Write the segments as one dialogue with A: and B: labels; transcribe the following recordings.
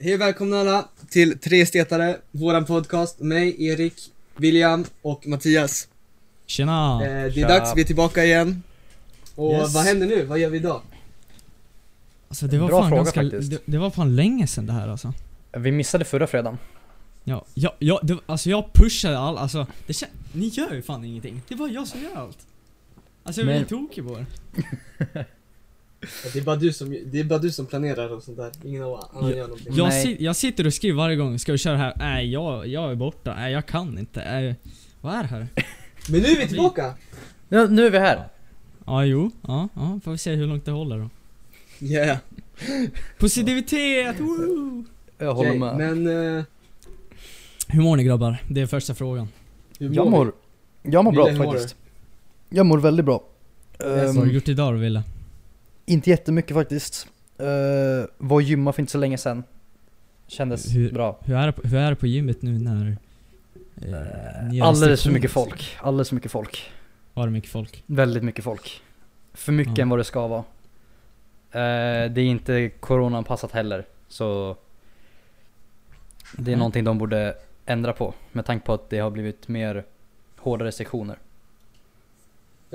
A: Hej och välkomna alla till Tre Stetare, våran podcast. Mig, Erik, William och Mattias.
B: Tjena!
A: Eh, det är
C: Ah, tja.
A: dags, vi är tillbaka igen. Och
B: Yes.
A: vad händer nu? Vad gör vi idag?
B: Alltså det var
C: bra
B: fan
C: fråga
B: ganska,
C: faktiskt.
B: det, det var fan länge sedan det här alltså.
C: Vi missade förra fredagen.
B: Ja, ja, ja det, alltså jag pushade all, alltså, det kän, ni gör ju fan ingenting. Det är bara jag som gör allt. Alltså jag
C: Men-
B: blir tokig på er.
A: Det är bara du som, det är bara du som planerar och sånt där. Ingen annan gör någonting.
B: Jag,
C: Nej.
B: si, jag sitter och skriver varje gång, ska vi köra det här? Nej, jag, jag är borta. Nej, jag kan inte. Nej, vad är det här?
A: Men nu är vi tillbaka!
C: Nu, nu är vi här!
B: Ja, jo. Ja, ja, får vi se hur långt det håller då.
A: Yeah.
B: Positivitet! Woo!
C: Jag håller
A: Okej,
C: med.
A: men eh,
B: Hur mår ni grabbar? Det är första frågan.
A: hur
C: jag
A: du?
C: mår, jag mår bra
A: Wille, hur mår
C: faktiskt. Jag mår väldigt bra.
A: Yes.
C: Ehm,
B: Vad har du gjort idag då Wille?
C: inte jättemycket faktiskt. Uh, var och gymma för inte så länge sedan. Kändes
B: Hur-
C: bra.
B: Hur är, det på- hur är det på gymmet nu när... Eh, nya
C: Alldeles för
B: restriktioner?
C: mycket folk. Alldeles för mycket folk.
B: Var det mycket folk?
C: Väldigt mycket folk. För mycket
B: Ja.
C: än vad det ska vara. Eh, det är inte coronaanpassat heller. Så det
B: Nej.
C: är någonting de borde ändra på. Med tanke på att det har blivit mer hårda restriktioner.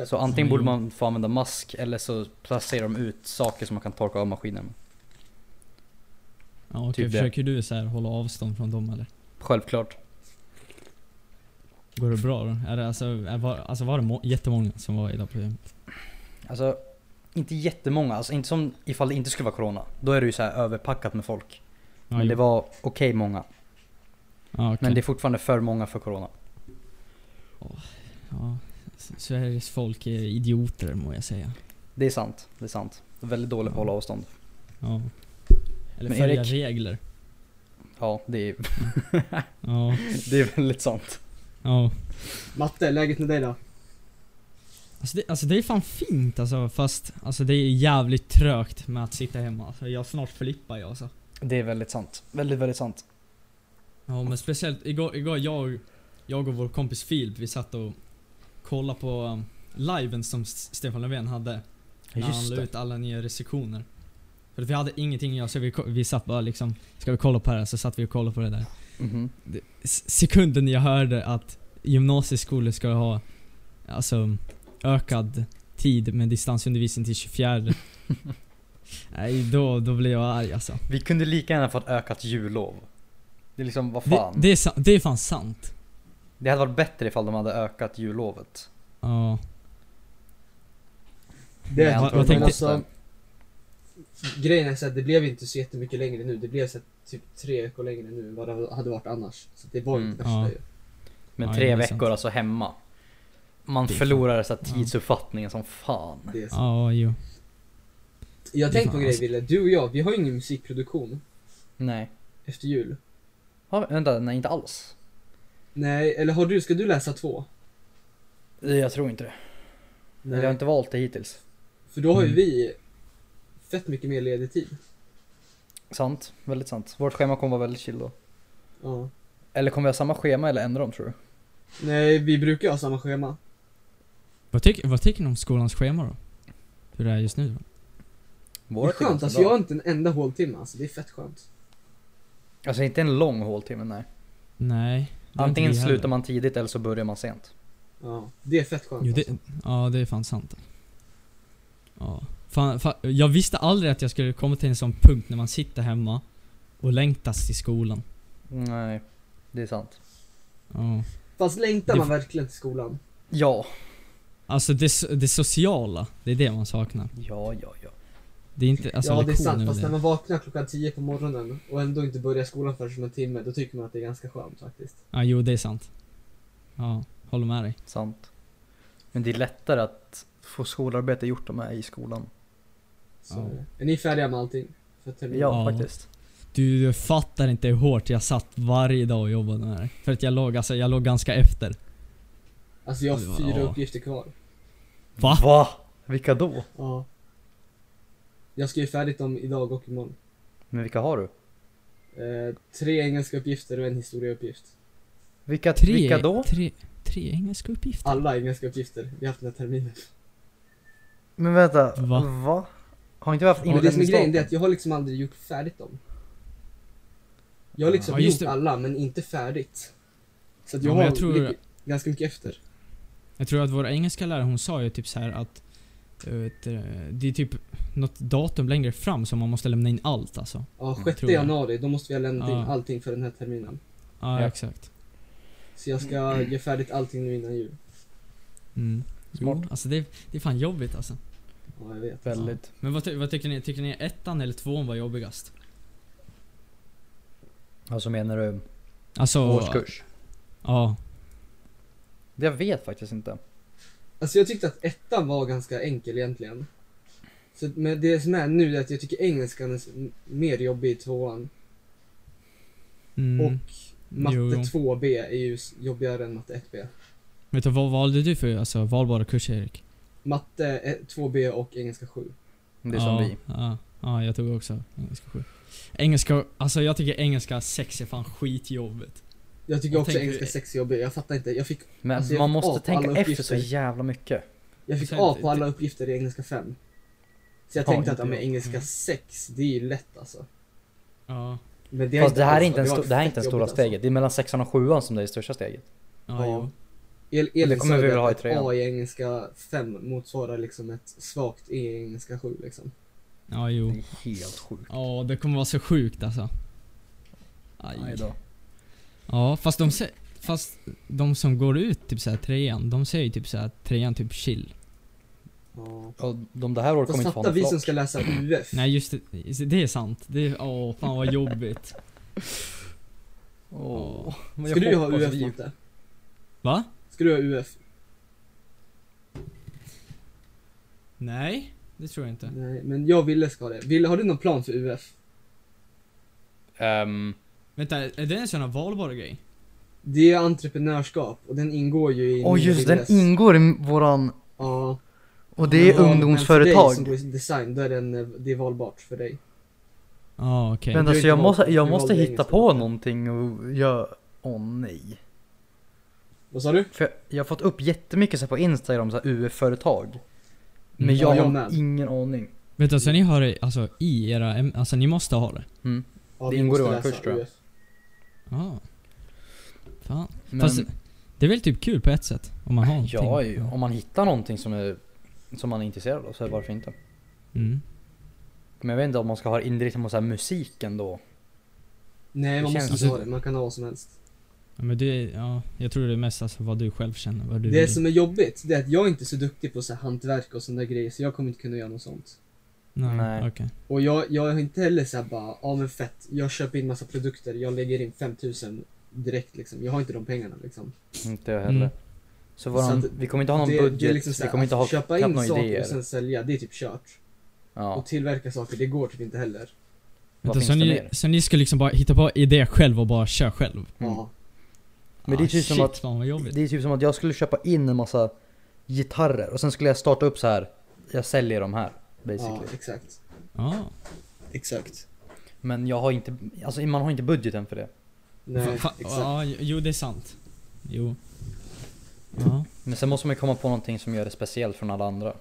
C: Så antingen borde man få använda mask eller så placerar de ut saker som man kan torka av maskinen.
B: Ja, okej,
C: Typ det.
B: försöker du så här hålla avstånd från dem eller?
C: Självklart.
B: Går det bra då? Är det, alltså, är, var, alltså var det må- jättemånga som var idag på gymmet?
C: Alltså, inte jättemånga. Alltså inte som ifall det inte skulle vara corona. Då är det ju så här överpackat med folk.
B: Ja,
C: Men det
B: jo.
C: var okej många.
B: ja, okej.
C: Men det är fortfarande för många för corona.
B: ja, S- Sveriges folk är idioter må jag säga.
C: Det är sant. Det är sant. Väldigt dåligt på att hålla avstånd.
B: Ja. Eller
C: Men
B: följa
C: Erik-
B: regler.
C: Ja, det är,
B: Ja,
C: det är väldigt sant.
B: ja.
A: Matte, läget med dig då?
B: Alltså det, alltså det är fan fint alltså fast alltså det är jävligt trögt med att sitta hemma. Alltså jag snart flippar jag alltså.
C: Det är väldigt sant. Väldigt, väldigt sant.
B: Ja men speciellt igår, igår jag, jag och vår kompis Filip vi satt och kollade på um, liven som S- Stefan Löfven hade. När han
C: Just
B: la
C: det.
B: ut alla nya restriktioner. För att vi hade ingenting att göra så vi, ko- vi satt bara liksom, ska vi kolla på det här? Så satt vi och kollade på det där.
C: Mhm.
B: S- sekunden jag hörde att gymnasieskolor ska ha alltså ökad tid med distansundervisning till 24. Nej, då, då blev jag arg alltså.
C: Vi kunde lika gärna fått ökat jullov. Det är liksom, vad
B: Det,
C: fan.
B: det, är, sa- det är fan sant.
C: det hade varit bättre ifall de hade ökat jullovet.
B: Ja.
A: Det, alltså,
C: Men jag
B: vad-
C: tror
B: vad
C: att de
B: tänkte-
C: måste-
A: Grejen är så att det blev inte så jättemycket längre nu. Det blev så att typ tre veckor längre nu än vad det hade varit annars. Så det var ju
C: Mm.
A: inte värsta
B: Ja.
A: ju.
C: Men
B: Ja,
C: tre
B: det är
C: veckor
B: sant.
C: alltså hemma. Man
B: Det är
C: förlorar så här
B: Ja.
C: tidsuppfattningen som fan.
A: Det är så.
B: Ja, jo.
A: Jag har
B: Det är
A: tänkt på
B: fan
A: en grej
B: alltså.
A: Wille, du och jag, vi har ju ingen musikproduktion
C: Nej.
A: efter jul.
C: Ja, vänta, nej inte alls.
A: Nej, eller har du, ska du läsa två?
C: Jag tror inte det.
A: Nej.
C: Jag har inte valt det hittills.
A: För då har ju
B: Mm.
A: vi fett mycket mer ledig tid.
C: Sant, väldigt sant. Vårt schema kommer vara väldigt chill då.
A: Ja.
C: Eller kommer vi ha samma schema eller ändra dem tror du?
A: Nej, vi brukar ju ha samma schema.
B: Vad, tycker vad tycker ni om skolans schema då? Hur det är just nu då?
A: Det är
C: Vårt
A: skönt,
C: ganska
A: alltså
C: bra.
A: jag har inte en enda håltimme alltså, det är fett skönt.
C: Alltså inte en lång håltimme nej.
B: Nej. det har inte
C: Antingen
B: vi heller.
C: slutar man tidigt eller så börjar man sent.
A: Ja, det är fett skönt
B: Jo, det,
A: alltså.
B: ja, det är fan sant. Ja. Fan, fan, jag visste aldrig att jag skulle komma till en sån punkt när man sitter hemma och längtas till skolan.
C: Nej, det är sant.
B: Ja.
A: Fast längtar
B: det-
A: man verkligen till skolan?
C: Ja,
B: Alltså det, so- det sociala, det är det man saknar.
C: ja, ja, ja.
B: Det är inte, alltså
A: ja, det är sant.
B: lektioner och
A: Fast när man vaknar klockan 10 på morgonen och ändå inte börjar skolan förrän om en timme, då tycker man att det är ganska skönt faktiskt.
B: Ja, jo det är sant. Ja, håller med dig.
C: Sant. Men det är lättare att få skolarbete gjort om man är i skolan.
A: Så,
B: Ja.
A: Är ni färdiga med allting? För terminen?
C: Ja,
B: Ja.
C: faktiskt.
B: Du, du fattar inte hur hårt jag satt varje dag och jobbade med det. här. För att jag låg, alltså, jag låg ganska efter.
A: Alltså jag har fyra
B: Ja.
A: uppgifter kvar.
B: Va?
C: Va? Vilka då?
A: Ja. Jag ska ju färdigt dem idag och imorgon.
C: Men vilka har du?
A: Eh, tre engelska uppgifter och en historieuppgift.
C: Vilka,
B: Tre,
C: vilka då?
B: Tre, tre engelska uppgifter.
A: Alla engelska uppgifter vi har haft den här terminen.
C: Men vänta,
B: Va?
C: Har inte vi haft
A: Men det som är grejen det är
C: inledningsdatum?
A: att jag har liksom aldrig gjort färdigt dem. Jag har liksom
B: Ja, just
A: gjort
B: det.
A: alla, men inte färdigt. Så att
B: Ja,
A: jag,
B: men
A: har
B: jag tror-
A: ligger ganska mycket efter.
B: Jag tror att vår engelska lärare hon sa ju typ så här att eh, vet, eh, det är typ något datum längre fram som man måste lämna in allt alltså.
A: Ja,
C: Mm,
A: 6
B: tror jag.
A: januari, då måste vi ha lämnat in
B: Ja.
A: allting för den här terminen.
B: Ja,
C: Ja.
B: exakt.
A: Så jag ska göra färdigt allting nu innan jul.
B: Mm. Jo,
C: Smart.
B: alltså det, det är fan jobbigt alltså.
A: Ja, jag vet.
C: Väldigt.
B: Men vad, ty- vad tycker ni? Tycker ni ettan eller tvåan var jobbigast?
C: Alltså menar du
B: Alltså...
C: årskurs?
B: Ja.
C: Jag vet faktiskt inte.
A: Alltså jag tyckte att ettan var ganska enkel egentligen. Så, att- men det som är nu är att jag tycker engelskan är s- m- mer jobbig i tvåan.
B: Mm.
A: Och matte
B: Jo, jo.
A: 2B är ju s- jobbigare än matte 1B.
B: Vet du, vad valde du för alltså, valbara kurser Erik?
A: Matte eh, 2B och engelska 7.
C: Det är
B: ja,
C: som vi.
B: Ja, ja, jag tog också engelska 7. Engelska, alltså jag tycker engelska 6 är fan skitjobbigt.
A: Jag tycker
B: Jag
A: också
B: tänker-
A: engelska 6 är jobbig. Jag fattar inte. Jag fick,
C: Men
A: Alltså, jag
C: man
A: fick av
C: måste
A: på alla
C: tänka efter
A: uppgifter.
C: så jävla mycket.
A: jag fick
B: Sen-
A: A på alla uppgifter i engelska 5. Så jag
C: Ja,
A: tänkte att
B: inte
A: ja, men
B: jag.
A: engelska
B: Mm.
A: 6, det är ju lätt alltså.
B: Ja.
A: Men
C: Det,
A: har
C: Fast det här är
A: alls-
C: inte, en
A: har
C: sto-
A: varit
C: det här är
A: fett
C: inte en
A: jobbigt,
C: stora
A: alltså.
C: steget. Det är mellan sexan och sjuan som det är det största steget.
B: Ja,
A: Ja.
B: jo.
A: El,
C: det
A: Elin
C: kommer
A: sa
C: vi väl
A: det
C: ha i
A: att
C: trean.
A: A i engelska 5 motsvarar liksom ett svagt E i engelska 7 liksom.
B: Ja,
C: Det
B: jo.
C: är helt sjukt.
B: Ja, det kommer vara så sjukt alltså.
C: Aj
B: Aj.
C: då.
B: Ja, fast de, sä- fast de som går ut typ såhär trean, de säger ju typ såhär trean typ chill.
A: Ja.
C: Och de det här året
A: Fast
C: kommer inte få
A: fatta
C: någon
A: vi som
C: flock.
A: ska läsa UF.
B: Nej just det, det är sant. Det är, åh fan vad jobbigt.
C: Åh. Men
A: Ska
C: jag
A: du ha
C: hoppas
A: UF
C: vi-
A: Matte?
B: Va?
A: Ska du ha UF?
B: Nej, det tror jag inte.
A: Nej, men jag ville ska ha det. Ville, har du någon plan för UF?
C: Ehm,
B: Vänta, är det en sån här valbar grej?
A: Det är entreprenörskap och den ingår ju i...
C: Åh
A: min
C: just den
A: VVS.
C: ingår i våran...
A: Ja.
C: Och det
A: Men
C: är
A: Men för dig
C: ungdomsföretag.
A: som går i design, då är den, eh, det är valbart för dig.
B: Ja okej.
C: Men
A: Du har
C: alltså
A: inte
C: jag
A: valt-
C: måste, jag
A: du
C: måste
A: valde
C: hitta
A: engelska.
C: på någonting och göra... Åh nej.
A: Vad sa du?
C: För jag, jag har fått upp jättemycket så här på Instagram, så här UF-företag. Men
B: Mm.
C: jag
A: Ja, jag
C: har
A: med.
C: ingen aning.
B: Vet du, alltså ni har det alltså, i era äm- alltså ni måste ha det.
C: Mm.
A: Ja,
C: Det
A: vi
C: ingår i
A: måste
C: vår
A: läsa
C: kurs, tror jag.
A: UF.
B: Ja. Fan.
C: Men,
B: Fast det är väl typ kul på ett sätt? Om man har
C: ja,
B: någonting.
C: ju, om man hittar någonting som, är, som man är intresserad av så varför inte?
B: Mm.
C: Men jag vet inte om man ska ha inriktning mot så här musiken då.
A: Nej, man
C: Det
A: måste
C: känns-
A: inte ha det. Man kan ha vad som helst.
B: Ja, men det, ja, jag tror det är mest alltså vad du själv känner, vad du
A: Det
B: vill.
A: som är jobbigt, det är att jag är inte så duktig på så här hantverk och sådana grejer, så jag kommer inte kunna göra något sånt.
B: Nej,
C: Nej.
B: okej.
A: Och jag, jag är inte heller såhär bara, ja men fett, jag köper in massa produkter, jag lägger in 5000 direkt liksom. Jag har inte de pengarna liksom.
C: Inte jag heller.
B: Mm.
C: Så, våran,
A: Så att
C: vi kommer inte ha någon budget, vi
A: liksom här,
C: kommer inte
A: att
C: ha
A: köpa
C: knappt
A: in
C: några
A: saker Ah,
C: idéer.
A: och sen sälja, det är typ kört.
C: ja.
A: Och tillverka saker, det går typ inte heller.
C: Vad
B: Vänta,
C: finns
B: så,
C: det
B: ni,
C: mer?
B: så ni ska liksom bara hitta på idé själv och bara köra själv?
C: Mm.
A: Ja.
C: Men det är
B: Ah,
C: typ som
B: shit,
C: att-
B: fan vad jobbigt.
C: Det är typ som att jag skulle köpa in en massa gitarrer och sen skulle jag starta upp så här. jag säljer de här.
A: Ja,
C: Basically.
A: exakt.
B: Ja.
A: Exakt.
C: Men jag har inte, alltså man har inte budgeten för det.
A: Nej,
B: Fa- fa-
A: exakt.
B: ja, jo det är sant. Jo. Ja.
C: Men sen måste man ju komma på någonting som gör det speciellt från alla andra.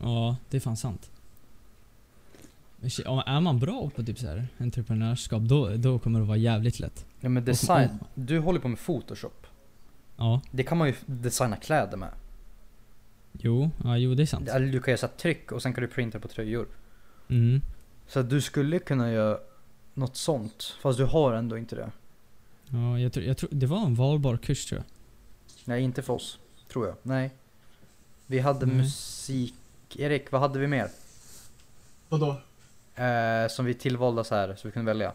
B: Ja, det är fan sant. Men shit, om- Är man bra på typ så här entreprenörskap, då, då kommer det vara jävligt lätt.
C: Ja men design,
A: Mm.
C: du håller på med photoshop.
B: Ja,
C: Det kan man ju designa kläder med.
B: jo, ja, jo det är sant.
C: Eller du kan göra så här tryck och sen kan du printa på tröjor.
B: Mm.
C: Så att du skulle kunna göra något sånt, fast du har ändå inte det.
B: Ja, jag tror, jag tror, det var en valbar kurs tror jag.
C: Nej, inte för oss. Tror jag. Mm. Nej. Vi hade
B: Nej.
C: musik... Erik, vad hade vi mer?
A: Vadå?
C: Eh, som vi tillvalde så här, så vi kunde välja.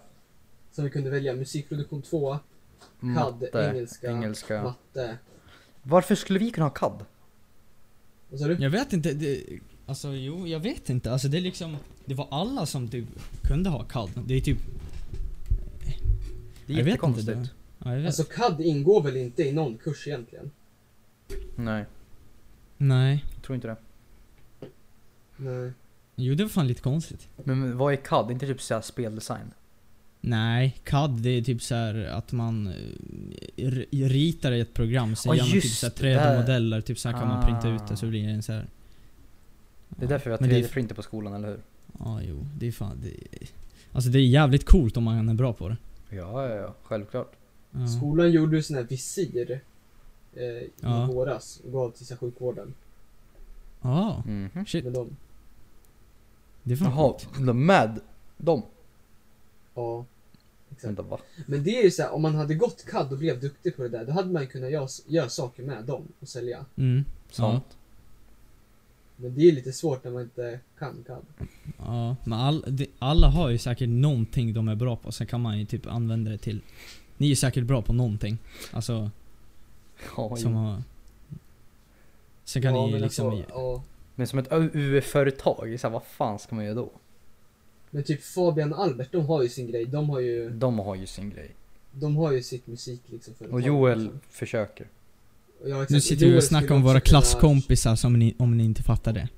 A: Så vi kunde välja musikproduktion 2, CAD, engelska,
C: engelska.
A: matte.
C: Varför skulle vi kunna ha CAD?
A: Vad sa du?
B: Jag vet inte, det, alltså jo, jag vet inte. Alltså det är liksom, det var alla som typ kunde ha CAD. Det är typ,
C: Det är
B: Jag vet inte
C: jättekonstigt.
B: det. ja, jag vet.
A: Alltså CAD ingår väl inte i någon kurs egentligen?
C: Nej,
B: Nej.
C: jag tror inte det.
A: Nej.
B: Jo det var fan lite konstigt.
C: Men men vad är CAD? Inte typ såhär speldesign?
B: Nej, CAD det är typ så här att man eh, r- ritar i ett program så
C: Ja,
B: gör man typ
C: just
B: så här
C: det där. Ah.
B: 3D-modeller, typ så här kan man printa ut det så blir det en så här.
C: Det är därför vi
B: Men
C: har
B: det är-
C: 3D-printer på skolan, eller hur?
B: Ja, jo, det är fan det, Alltså det är jävligt coolt om man är bra på det.
C: Ja, ja, ja. Självklart.
B: Ja.
A: Skolan gjorde ju sån här visir eh, i
B: Ja.
A: våras och gav till så här sjukvården.
B: Ah,
C: Mm.
B: shit.
A: Med dem.
B: Det är fan
C: Jaha,
B: coolt.
C: de med dem?
A: Ja. Exakt.
C: Vänta, va?
A: Men det är ju så här, om man hade gått CAD och blev duktig på det där, då hade man ju kunnat göra, göra saker med dem och sälja.
B: Mm.
C: Sant.
A: Men det är lite svårt när man inte kan CAD.
B: Ja, men all, det- alla har ju säkert någonting de är bra på, sen kan man ju typ använda det till... Ni är ju säkert bra på någonting. Alltså,
C: Ja.
B: som
C: jo.
B: har... Sen kan ni ju liksom...
A: alltså, ja.
C: Men som ett UF-företag, så här, vad fan ska man göra då?
A: Men typ Fabian och Albert, de har ju sin grej. De har ju,
C: De har ju sin grej.
A: de har ju sitt musik liksom. företag.
C: Och Joel försöker.
A: Ja, exakt.
B: nu sitter vi
A: Joel
B: och
A: skulle
B: snackar om våra
A: också kunna-
B: klasskompisar som ni, om ni inte fattar det.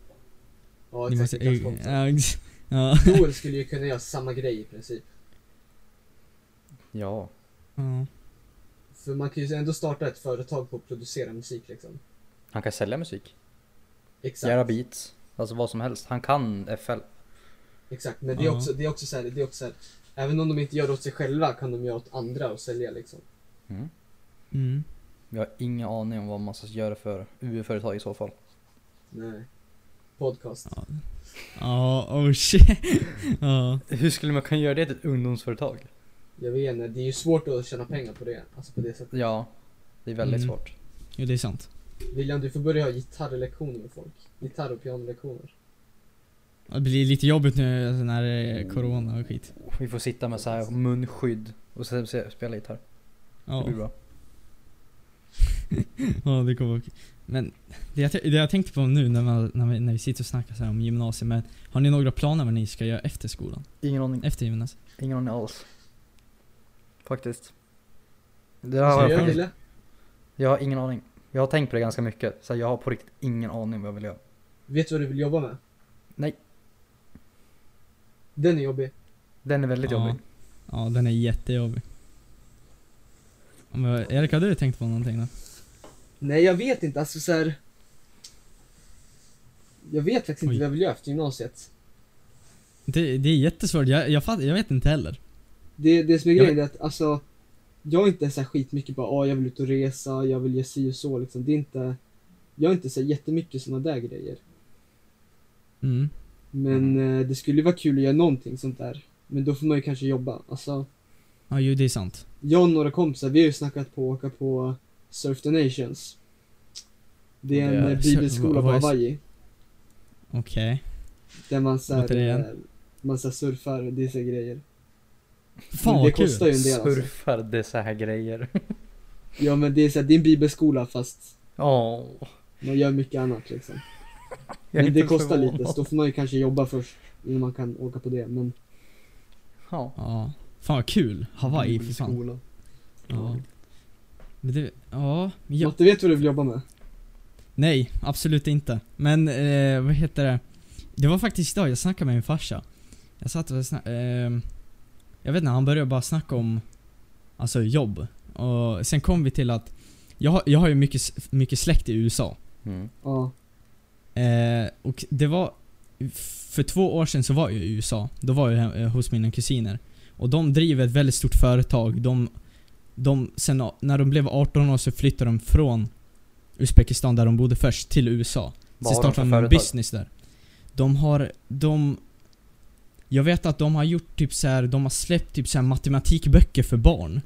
A: Ja,
B: Ni
A: exakt.
B: måste,
A: Ni måste,
B: ja, ex- ja.
A: Joel skulle ju kunna göra samma grej i princip.
C: Ja.
B: ja.
A: För man kan ju ändå starta ett företag på att producera musik liksom.
C: Han kan sälja musik.
A: Exakt.
C: Göra beats. Alltså vad som helst. Han kan FL.
A: Exakt. Men det är
B: Ja.
A: också, det är också så här, det är också så här, även om de inte gör det åt sig själva kan de göra åt andra och sälja liksom.
C: Mm.
B: Mm.
C: Jag har ingen aning om vad man ska göra för UF-företag i så fall.
A: Nej. Podcast.
B: Ja. Ja, oh shit. Ja.
C: Hur skulle man kunna göra det till ett ungdomsföretag?
A: Jag vet inte, det är ju svårt att tjäna pengar på det. Alltså på det sättet.
C: Ja. Det är väldigt
B: Mm.
C: svårt.
B: Jo, det är sant.
A: William, du får börja ha gitarrlektioner med folk. Gitarr och pianolektioner.
B: Det blir lite jobbigt nu alltså, när det är corona och skit.
C: Vi får sitta med så här munskydd och sen se- spela gitarr. Det
B: Ja,
C: blir bra.
B: ja det kommer vara kul. Men det jag, det jag tänkte på nu när, man, när, vi, när vi sitter och snackar så här om gymnasiet, men har ni några planer vad ni ska göra efter skolan?
C: Ingen aning.
B: Efter gymnasiet?
C: Ingen aning alls. Faktiskt. Det
A: Ska
C: har
A: du
C: jag,
A: göra
C: faktiskt-
A: Wille?
C: jag har ingen aning. Jag har tänkt på det ganska mycket. Så jag har på riktigt ingen aning vad jag vill göra.
A: Vet du vad du vill jobba med?
C: Nej.
A: Den är jobbig.
C: Den är väldigt
B: Ja.
C: jobbig.
B: Ja, den är jättejobbig. Ja, Men, Erik, har du tänkt på någonting då?
A: Nej, jag vet inte. Alltså så här. Jag vet faktiskt inte
B: Oj.
A: vad jag vill göra efter gymnasiet.
B: Det, det är jättesvårt, jag, jag, fatt, jag vet inte heller.
A: Det, det som är
B: Jag-
A: grejen är att alltså, jag är inte så här skitmycket bara ah, jag vill ut och resa, jag vill göra si och så liksom. Det är inte, jag är inte så här jättemycket såna där grejer.
B: Mm.
A: Men eh, det skulle ju vara kul att göra någonting sånt där. Men då får man ju kanske jobba. Alltså,
B: Ja, jo det är sant.
A: jag och några kompisar, vi har ju snackat på att åka på Surf the Nations. Det är en
C: Det är-
A: eh, bibelskola
B: vad-
A: på
B: vad är-
A: Hawaii.
B: Okej.
A: Där man såhär,
B: Återigen.
A: eh, man såhär surfar, det är så här grejer.
B: Fan
A: Men
B: vad
A: det
B: kul.
A: kostar ju en del alltså.
C: Surfar det så här grejer.
A: Ja men det är såhär, det är en bibelskola fast
C: Åh.
A: man gör mycket annat liksom.
C: Jag är
A: Men det
C: inte
A: kostar
C: förvånad.
A: lite, så då får man ju kanske jobba först innan man kan åka på det. Men
C: Ja.
B: Ja. Fan vad kul.
A: Mm,
B: Hawaii, för fan.
A: Skola.
B: Ja. Men det, ja, men jag,
A: Matte, vet du vad du vill jobba med?
B: nej absolut inte. Men eh, vad heter det? Det var faktiskt idag jag snackade med min farsa. Jag satt och snackade, eh, jag vet inte, han började bara snacka om, alltså jobb. Och sen kom vi till att, jag, har- jag har ju mycket, s- mycket släkt i USA.
C: Mm.
A: Ja.
B: Eh, och det var... För två år sedan så var jag i USA. Då var jag he- eh, hos mina kusiner. Och de driver ett väldigt stort företag. De, de, sen, a- när de blev 18 år så flyttade de från Uzbekistan där de bodde först till USA.
C: Vad
B: Sen
C: har de för
B: startade de en
C: företag?
B: business där. De har, de... Jag vet att de har gjort typ så här, de har släppt typ så här matematikböcker för barn.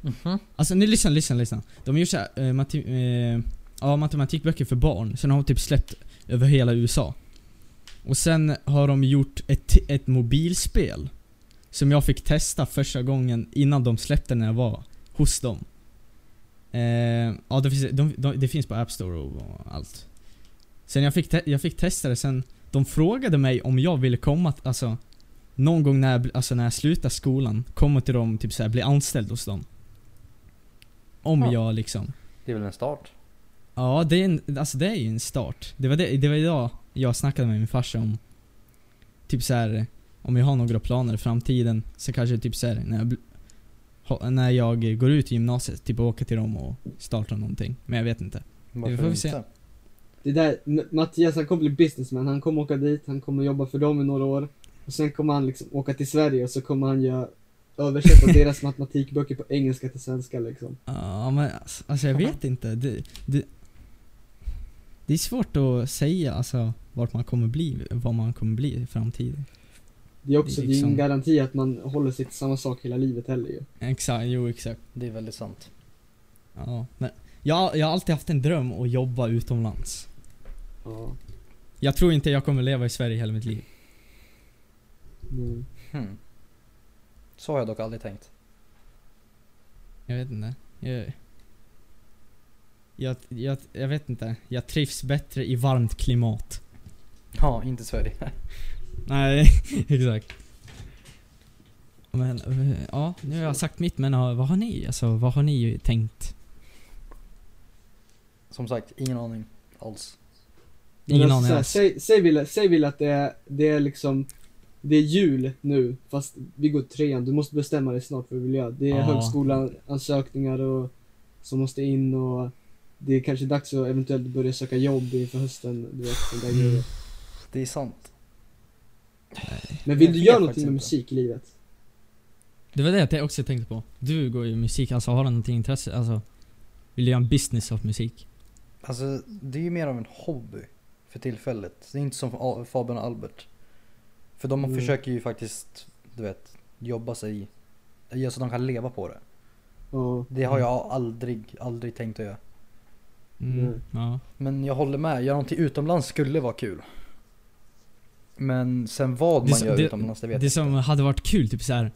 C: Mhm.
B: Alltså ni lyssna, lyssna, lyssna. De har gjort såhär, eh, mate- eh, ja, matematikböcker för barn, sen har de typ släppt över hela USA. Och sen har de gjort ett, ett mobilspel. Som jag fick testa första gången innan de släppte när jag var hos dem. Eh, ja, det finns, de, de, det finns på App Store och och allt. Sen jag fick, te- jag fick testa det, sen de frågade mig om jag ville komma, t- alltså någon gång när jag, bl- alltså, när jag slutar skolan, komma till dem, typ såhär, bli anställd hos dem. Om
C: Ja.
B: jag liksom
C: Det är väl en start?
B: Ja, det är, en, alltså det är ju en start. Det var, det, det var idag jag snackade med min farsa om typ så här om jag har några planer i framtiden så kanske typ så här när jag, bl- ha- när jag går ut i gymnasiet, typ åka till dem och starta någonting. Men jag vet inte.
C: Varför
B: får vi se.
C: inte?
A: Det där, M- Mattias han kommer bli businessman, han kommer åka dit, han kommer jobba för dem i några år. Och sen kommer han liksom åka till Sverige och så kommer han göra, översätta deras matematikböcker på engelska till svenska liksom.
B: Ja men alltså, alltså jag vet inte. Det, det, det är svårt att säga alltså vart man kommer bli, vad man kommer bli i framtiden.
A: Det är också, det är
B: Det är
A: ju
B: liksom-
A: ingen garanti att man håller sig till samma sak hela livet heller ju.
B: Exakt, jo exakt.
C: Det är väldigt sant.
B: Ja, men jag, jag har alltid haft en dröm att jobba utomlands.
A: Ja.
B: Jag tror inte jag kommer leva i Sverige hela mitt liv.
A: Mm.
C: Hmm. Så har jag dock aldrig tänkt.
B: Jag vet inte. Jag, jag, jag, jag vet inte. Jag trivs bättre i varmt klimat.
C: Ja, inte Sverige.
B: Nej, exakt. Men eh, ja, nu har jag sagt mitt men ja, vad har ni? Alltså vad har ni ju tänkt?
C: Som sagt, ingen aning alls.
B: Ingen
A: Men alltså,
B: aning
A: så här,
B: alls.
A: Säg, säg, Wille, säg Wille att det är, det är liksom, det är jul nu, fast vi går trean. Du måste bestämma dig snart vad du vill göra. Det är
B: Ja.
A: högskolansökningar och, som måste in och det är kanske dags att eventuellt börja söka jobb inför hösten. Du vet, sån där
B: Mm.
A: grejer.
C: Det är sant.
A: Men vill
C: Jag
A: du
C: vet
A: göra någonting
C: faktiskt
A: med
C: inte.
A: musik i livet?
B: Det var det jag också tänkte på. Du går ju musik, alltså har du någonting intresse? Alltså, vill du göra en business av musik?
C: Alltså, det är ju mer av en hobby för tillfället. Det är inte som A- Fabian och Albert. För de
A: Mm.
C: försöker ju faktiskt, du vet, jobba sig göra så att de kan leva på det.
A: Ja.
C: Det har
B: Mm.
C: jag aldrig, aldrig tänkt att göra.
A: Mm.
B: Ja.
C: Men jag håller med, göra någonting utomlands skulle vara kul. Men sen vad
B: Det
C: man
B: som-
C: gör
B: det-
C: utomlands, det vet
B: Det
C: jag
B: som
C: inte.
B: hade varit kul, typ såhär...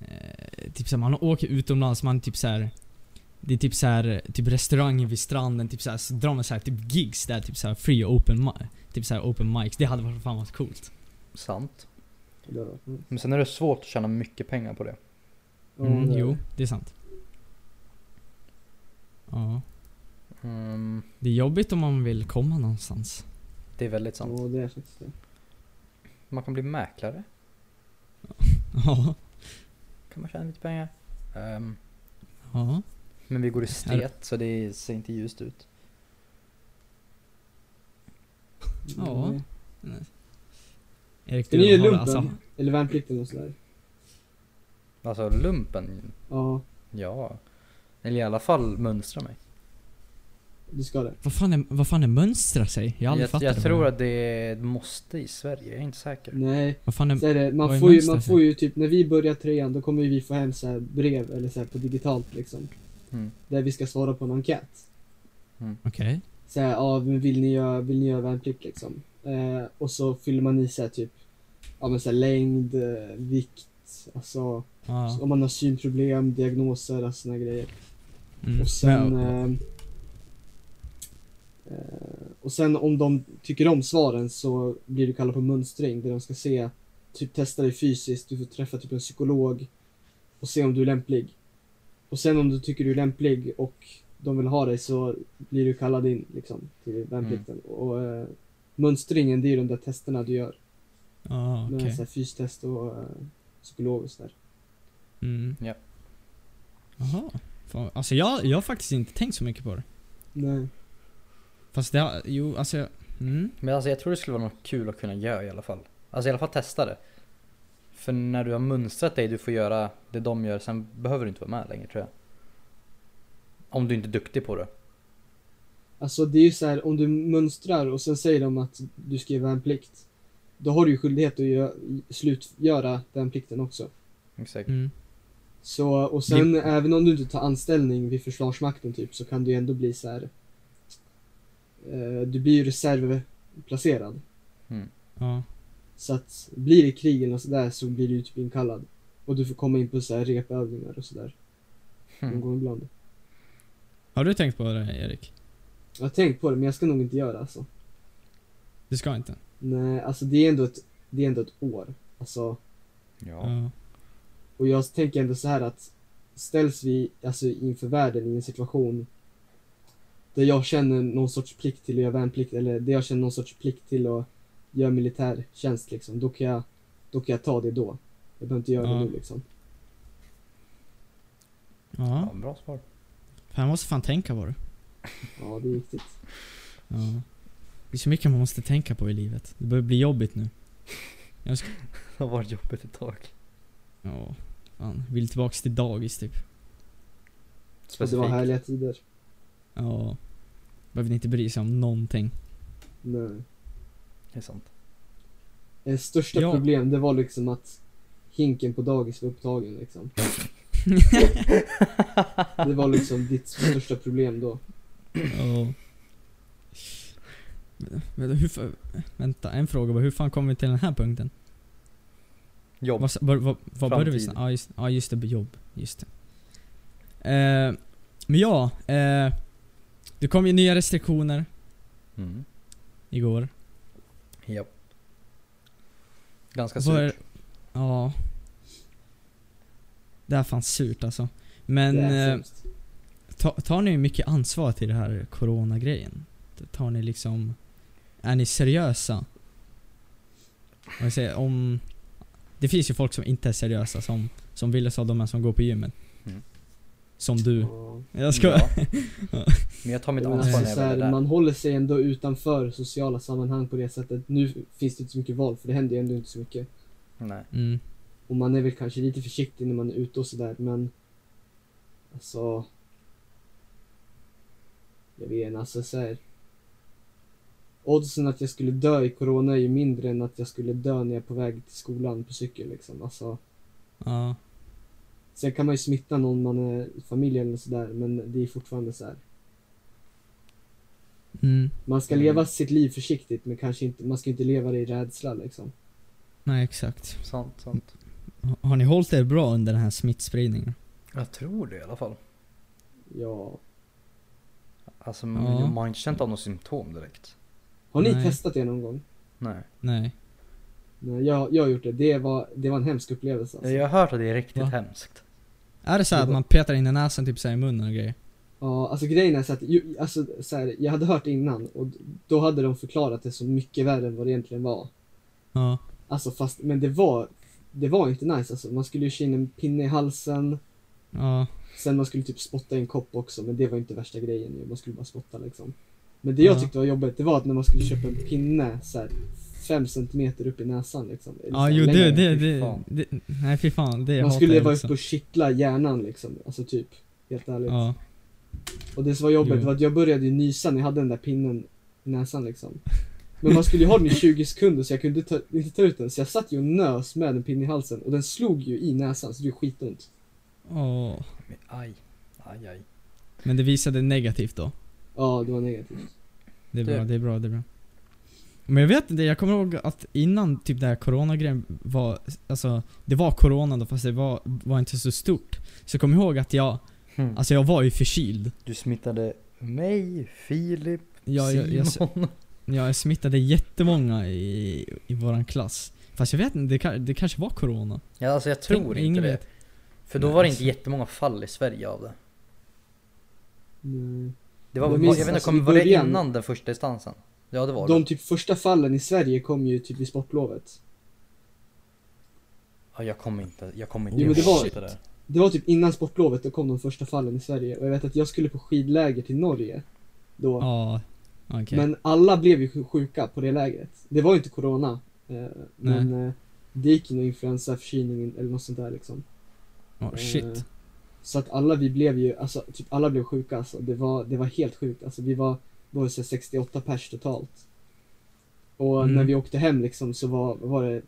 B: eh, Typ såhär, man åker utomlands, man typ såhär... Det är typ såhär, typ restauranger vid stranden, typ såhär, så drar man såhär typ gigs där, typ såhär free open mi- Typ såhär open mics, det hade varit fan varit coolt.
C: Sant.
A: det är det. Mm.
C: Men sen är det svårt att tjäna mycket pengar på det.
A: Ja,
B: Mm,
A: det är
B: jo,
A: det.
B: det är sant. Ja.
C: Mm,
B: Det är jobbigt om man vill komma någonstans.
C: det är väldigt sant.
B: Mm.
A: Ja, det är faktiskt det.
C: Man kan bli mäklare,
B: Ja.
C: kan man tjäna lite pengar. Ehm,
B: Ja.
C: men vi går i stet så det ser inte ljust ut.
B: Ja.
A: Mm.
B: Erik,
A: Är ni i
B: har det,
A: lumpen?
B: alltså,
A: Eller värnplikten och sådär?
C: Alltså lumpen,
A: Ja,
C: ja. Eller i alla fall mönstra mig.
A: du ska det.
B: vad, fan är, vad fan är mönstra sig? Jag har aldrig
C: Jag,
B: fattat
C: jag
B: det. Mm.
C: tror att det är ett måste i Sverige, jag är inte säker.
A: Nej,
B: Vad fan är...
A: Så är det,
B: Vad
A: man,
B: är
A: får ju,
B: mönster
A: man
B: för?
A: får ju typ, när vi börjar trean då kommer ju vi få hem så här brev eller så här på digitalt liksom.
C: Mm.
A: Där vi ska svara på en enkät.
B: Okej.
A: Så här, ja, men vill ni göra, vill ni göra värnplikt liksom? Eh, och så fyller man i så här typ, ja men så här längd, eh, vikt, alltså
B: Ja.
A: om man har synproblem, diagnoser, alltså såna grejer.
B: Mm.
A: Och sen...
B: Men-
A: ehm, eh, och sen om de tycker om svaren så blir du kallad på mönstring där de ska se, typ testa dig fysiskt, du får träffa typ en psykolog och se om du är lämplig. Och sen om du tycker du är lämplig och de vill ha dig så blir du kallad in liksom till värnplikten.
B: Mm.
A: Och eh, mönstringen det är ju de där testerna du gör.
B: Ja,
A: Okay.
B: okej.
A: Med så här fystest och eh, psykolog och sådär.
B: Mm.
C: Ja.
B: Jaha. Fan, Alltså jag, jag har faktiskt inte tänkt så mycket på det.
A: Nej.
B: Fast det har, jo alltså jag, mm.
C: Men alltså jag tror det skulle vara något kul att kunna göra i alla fall. Alltså i alla fall testa det. För när du har mönstrat dig, du får göra det de gör, sen behöver du inte vara med längre tror jag. Om du inte är duktig på det.
A: Alltså det är ju så här, om du mönstrar och sen säger de att du ska göra värnplikt. Då har du ju skyldighet att gö- slutgöra värnplikten också.
C: Exakt.
B: Mm.
A: Så, och sen även om du inte tar anställning vid Försvarsmakten typ så kan du ju ändå bli så här. Eh, du blir ju reservplacerad.
B: Ja.
A: Så att blir det krig eller sådär så blir du ju typ inkallad. Och du får komma in på så här repövningar och sådär. Någon
C: Mm.
A: gång ibland.
B: Har du tänkt på det Erik?
A: Jag har tänkt på det men jag ska nog inte göra alltså.
B: Du ska inte?
A: Nej, alltså det är ändå ett, det är ändå ett år. Alltså
C: Ja.
B: Ja.
A: Och jag tänker ändå så här att ställs vi alltså, inför världen i en situation där jag känner någon sorts plikt till att göra värnplikt eller där jag känner någon sorts plikt till att göra militärtjänst liksom, då kan jag, då kan jag ta det då. Jag behöver inte göra
B: Ja.
A: det nu liksom.
B: Ja.
C: ja bra svar.
B: Fan, jag måste fan tänka på det.
A: Ja, det är viktigt.
B: Ja. Det är så mycket man måste tänka på i livet. Det börjar bli jobbigt nu. Jag ska...
C: Det har varit jobbigt ett tag.
B: Ja, fan. Vill tillbaks till dagis typ.
A: Och det var
C: Specifikt.
A: härliga tider.
B: Ja. Behöver inte bry sig om någonting.
A: Nej.
C: Det är sant.
A: Eh, största
B: Ja.
A: problem, det var liksom att hinken på dagis var upptagen liksom. Det var liksom ditt största problem då.
B: Ja. Men hur fa- Vänta, en fråga bara. Hur fan kom vi till den här punkten?
C: Jobb.
B: Vad, s- vad, vad, vad började vi
C: Framtid.
B: snacka? Ja just, ja, just det, jobb. Just det. Eh, men ja, eh, det kom ju nya restriktioner
C: Mm.
B: igår.
C: Japp. Ganska
B: Vad är-
C: surt.
B: Ja. Det här är fan surt alltså. Men
A: det är
B: eh,
A: sämst.
B: ta, tar ni mycket ansvar till det här coronagrejen? Tar ni liksom... Är ni seriösa? Om jag säger, om... Det finns ju folk som inte är seriösa som, som Wille sa, de här som går på gymmet.
C: Mm.
B: Som du.
A: Ja.
B: Jag ska.
C: Ja. Men jag tar mitt
A: Men
C: ansvar
A: alltså,
C: när jag
A: så
C: väl är
A: här,
C: där.
A: man håller sig ändå utanför sociala sammanhang på det sättet. Nu finns det inte så mycket val för det händer ju ändå inte så mycket.
C: Nej.
B: Mm.
A: Och man är väl kanske lite försiktig när man är ute och sådär men Alltså Jag vet inte, alltså såhär Oddsen att jag skulle dö i corona är ju mindre än att jag skulle dö när jag är på väg till skolan på cykel liksom. Alltså,
B: Ja.
A: sen kan man ju smitta någon man är i familjen eller sådär men det är fortfarande så här.
B: Mm.
A: Man ska
C: Mm.
A: leva sitt liv försiktigt men kanske inte, man ska inte leva det i rädsla liksom.
B: Nej exakt.
C: Sant, sant.
B: Ha- Har ni hållit er bra under den här smittspridningen?
C: Jag tror det i alla fall.
A: Ja.
C: Alltså
B: Ja.
C: man har inte känt av några symptom direkt.
A: Har ni
B: Nej.
A: testat det någon gång?
C: Nej.
B: Nej.
A: Nej, jag, jag har gjort det. Det var, det var en hemsk upplevelse alltså.
C: Jag har hört att det är riktigt
B: Va?
C: hemskt.
B: Är det så här att man petar in i näsan typ så här i munnen och grejer?
A: Ja, alltså grejen är så att, ju- alltså, så här, jag hade hört innan och d- då hade de förklarat det så mycket värre än vad det egentligen var.
B: Ja.
A: Alltså fast, men det var, det var inte nice alltså. Man skulle ju köra in en pinne i halsen,
B: Ja.
A: sen man skulle typ spotta i en kopp också, men det var inte värsta grejen ju. Man skulle bara spotta liksom. Men det jag
B: Ja.
A: tyckte var jobbigt, det var att när man skulle köpa en pinne så här, fem centimeter upp i näsan liksom. Eller så
B: Ja
A: här,
B: jo
A: längre.
B: det, det,
C: fy
B: det,
C: fan.
B: det, nej fy fan. Det
A: Man
B: hatar
A: skulle
B: jag
A: vara
B: också.
A: uppe och kittla hjärnan liksom, alltså typ. Helt ärligt.
B: Ja.
A: Och det som var jobbigt
B: Jo.
A: var att jag började ju nysa när jag hade den där pinnen i näsan liksom. Men man skulle ju ha den i 20 sekunder så jag kunde ta, inte ta ut den. Så jag satt ju och nös med en pinne i halsen och den slog ju i näsan så det gjorde skitont.
B: Åh.
C: Men Aj. Aj, aj.
B: Men det visade negativt då.
A: Ja, det var negativt.
B: Det är
C: Det-
B: bra, det är bra, det är bra. Men jag vet inte, jag kommer ihåg att innan typ det här coronagrejen var, alltså det var corona då fast det var, var inte så stort. Så jag kommer ihåg att jag,
C: Hmm.
B: alltså jag var ju förkyld.
C: Du smittade mig, Filip,
B: Jag, jag, jag,
C: Simon.
B: Ja, jag smittade jättemånga i, i våran klass. Fast jag vet inte, det, ka- det kanske var corona.
C: Ja, alltså jag tror
B: Tänk-
C: inte
B: ingen
C: det.
B: vet.
C: För då
B: Nej,
C: var det
B: alltså.
C: inte jättemånga fall i Sverige av det.
A: Nej.
C: Det var,
A: Jag
C: jag,
A: minns,
C: vet inte,
A: alltså,
C: kom,
A: i
C: var det
A: början-
C: innan den första distansen? Ja det var det.
A: De typ första fallen i Sverige kom ju typ vid sportlovet.
C: Ja, jag kommer inte, jag kommer
B: Jo,
C: inte
A: men det
C: ihåg
A: var- Det var typ innan sportlovet då kom de första fallen i Sverige och jag vet att jag skulle på skidläger till Norge då.
B: Ja, okej.
A: Men alla blev ju sj- sjuka på det lägret. Det var ju inte corona. Eh, men eh, det gick ju någon influensa, förkylning eller något sånt där liksom.
B: Åh, shit.
A: eh, Så att alla vi blev ju, alltså typ alla blev sjuka alltså. Det var, det var helt sjukt. Alltså vi var, var det så här 68 pers totalt. Och
B: Mm.
A: när vi åkte hem liksom så var, var det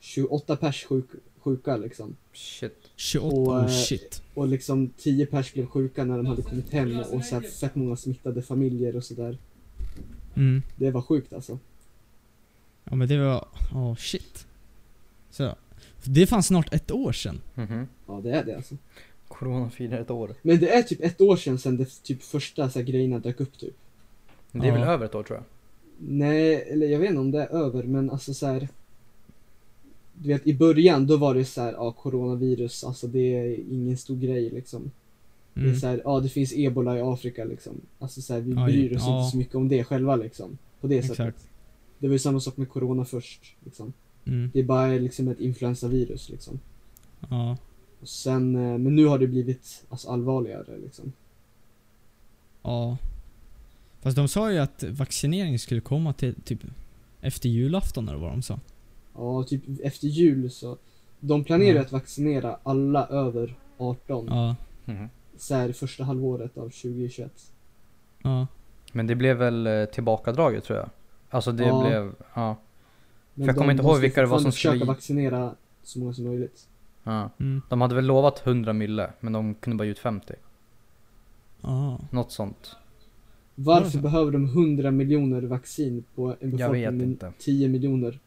A: 28 pers sjuk, sjuka liksom.
C: Shit.
B: 28,
A: och,
B: oh
A: eh,
B: shit.
A: Och liksom 10 pers blev sjuka när de hade kommit hem och så här fett många smittade familjer och sådär.
B: Mm.
A: Det var sjukt alltså.
B: Ja men det var, åh shit. Så, det är fan snart ett år sedan.
C: Mhm.
A: Ja det är det alltså.
C: Corona firar ett år.
A: Men det är typ ett år sedan sen det typ första så här, grejerna dök upp typ.
C: Men Det är väl
B: Ja.
C: över ett år tror jag.
A: Nej, eller jag vet inte om det är över men alltså så här. Du vet i början då var det så här, ja coronavirus, alltså det är ingen stor grej liksom. Det är
B: Mm.
A: så här, ja det finns ebola i Afrika liksom. Alltså så här, vi
B: Ja,
A: bryr
B: ju-
A: oss
B: ja.
A: inte så mycket om det själva liksom. På det sättet.
B: Exakt.
A: Det var ju samma sak med corona först. Liksom.
B: Mm.
A: Det är bara liksom ett influensavirus liksom.
B: Ja.
A: Och sen, eh, men nu har det blivit alltså, allvarligare liksom.
B: Ja. Fast de sa ju att vaccinering skulle komma till typ Efter julafton eller vad de sa.
A: Ja, typ efter jul så. De planerar ju
B: Ja.
A: att vaccinera alla över 18.
B: Ja,
C: Mhm.
A: Så här första halvåret av 2021.
B: ja.
C: Men det blev väl eh, tillbakadraget tror jag. Alltså det
A: Ja.
C: blev, ja.
A: Men
C: För jag kommer inte ihåg
A: måste ju
C: vilka det var
A: fortfarande
C: som skulle
A: försöka
C: ge-
A: vaccinera så många som möjligt.
C: ja.
B: Mm.
C: De hade väl lovat 100 mille, men de kunde bara ge ut 50.
B: Ja.
C: Något sånt.
A: Varför
B: så?
A: behöver de 100 miljoner vaccin på en
C: Jag vet
A: befolkning med
C: inte.
A: 10 miljoner?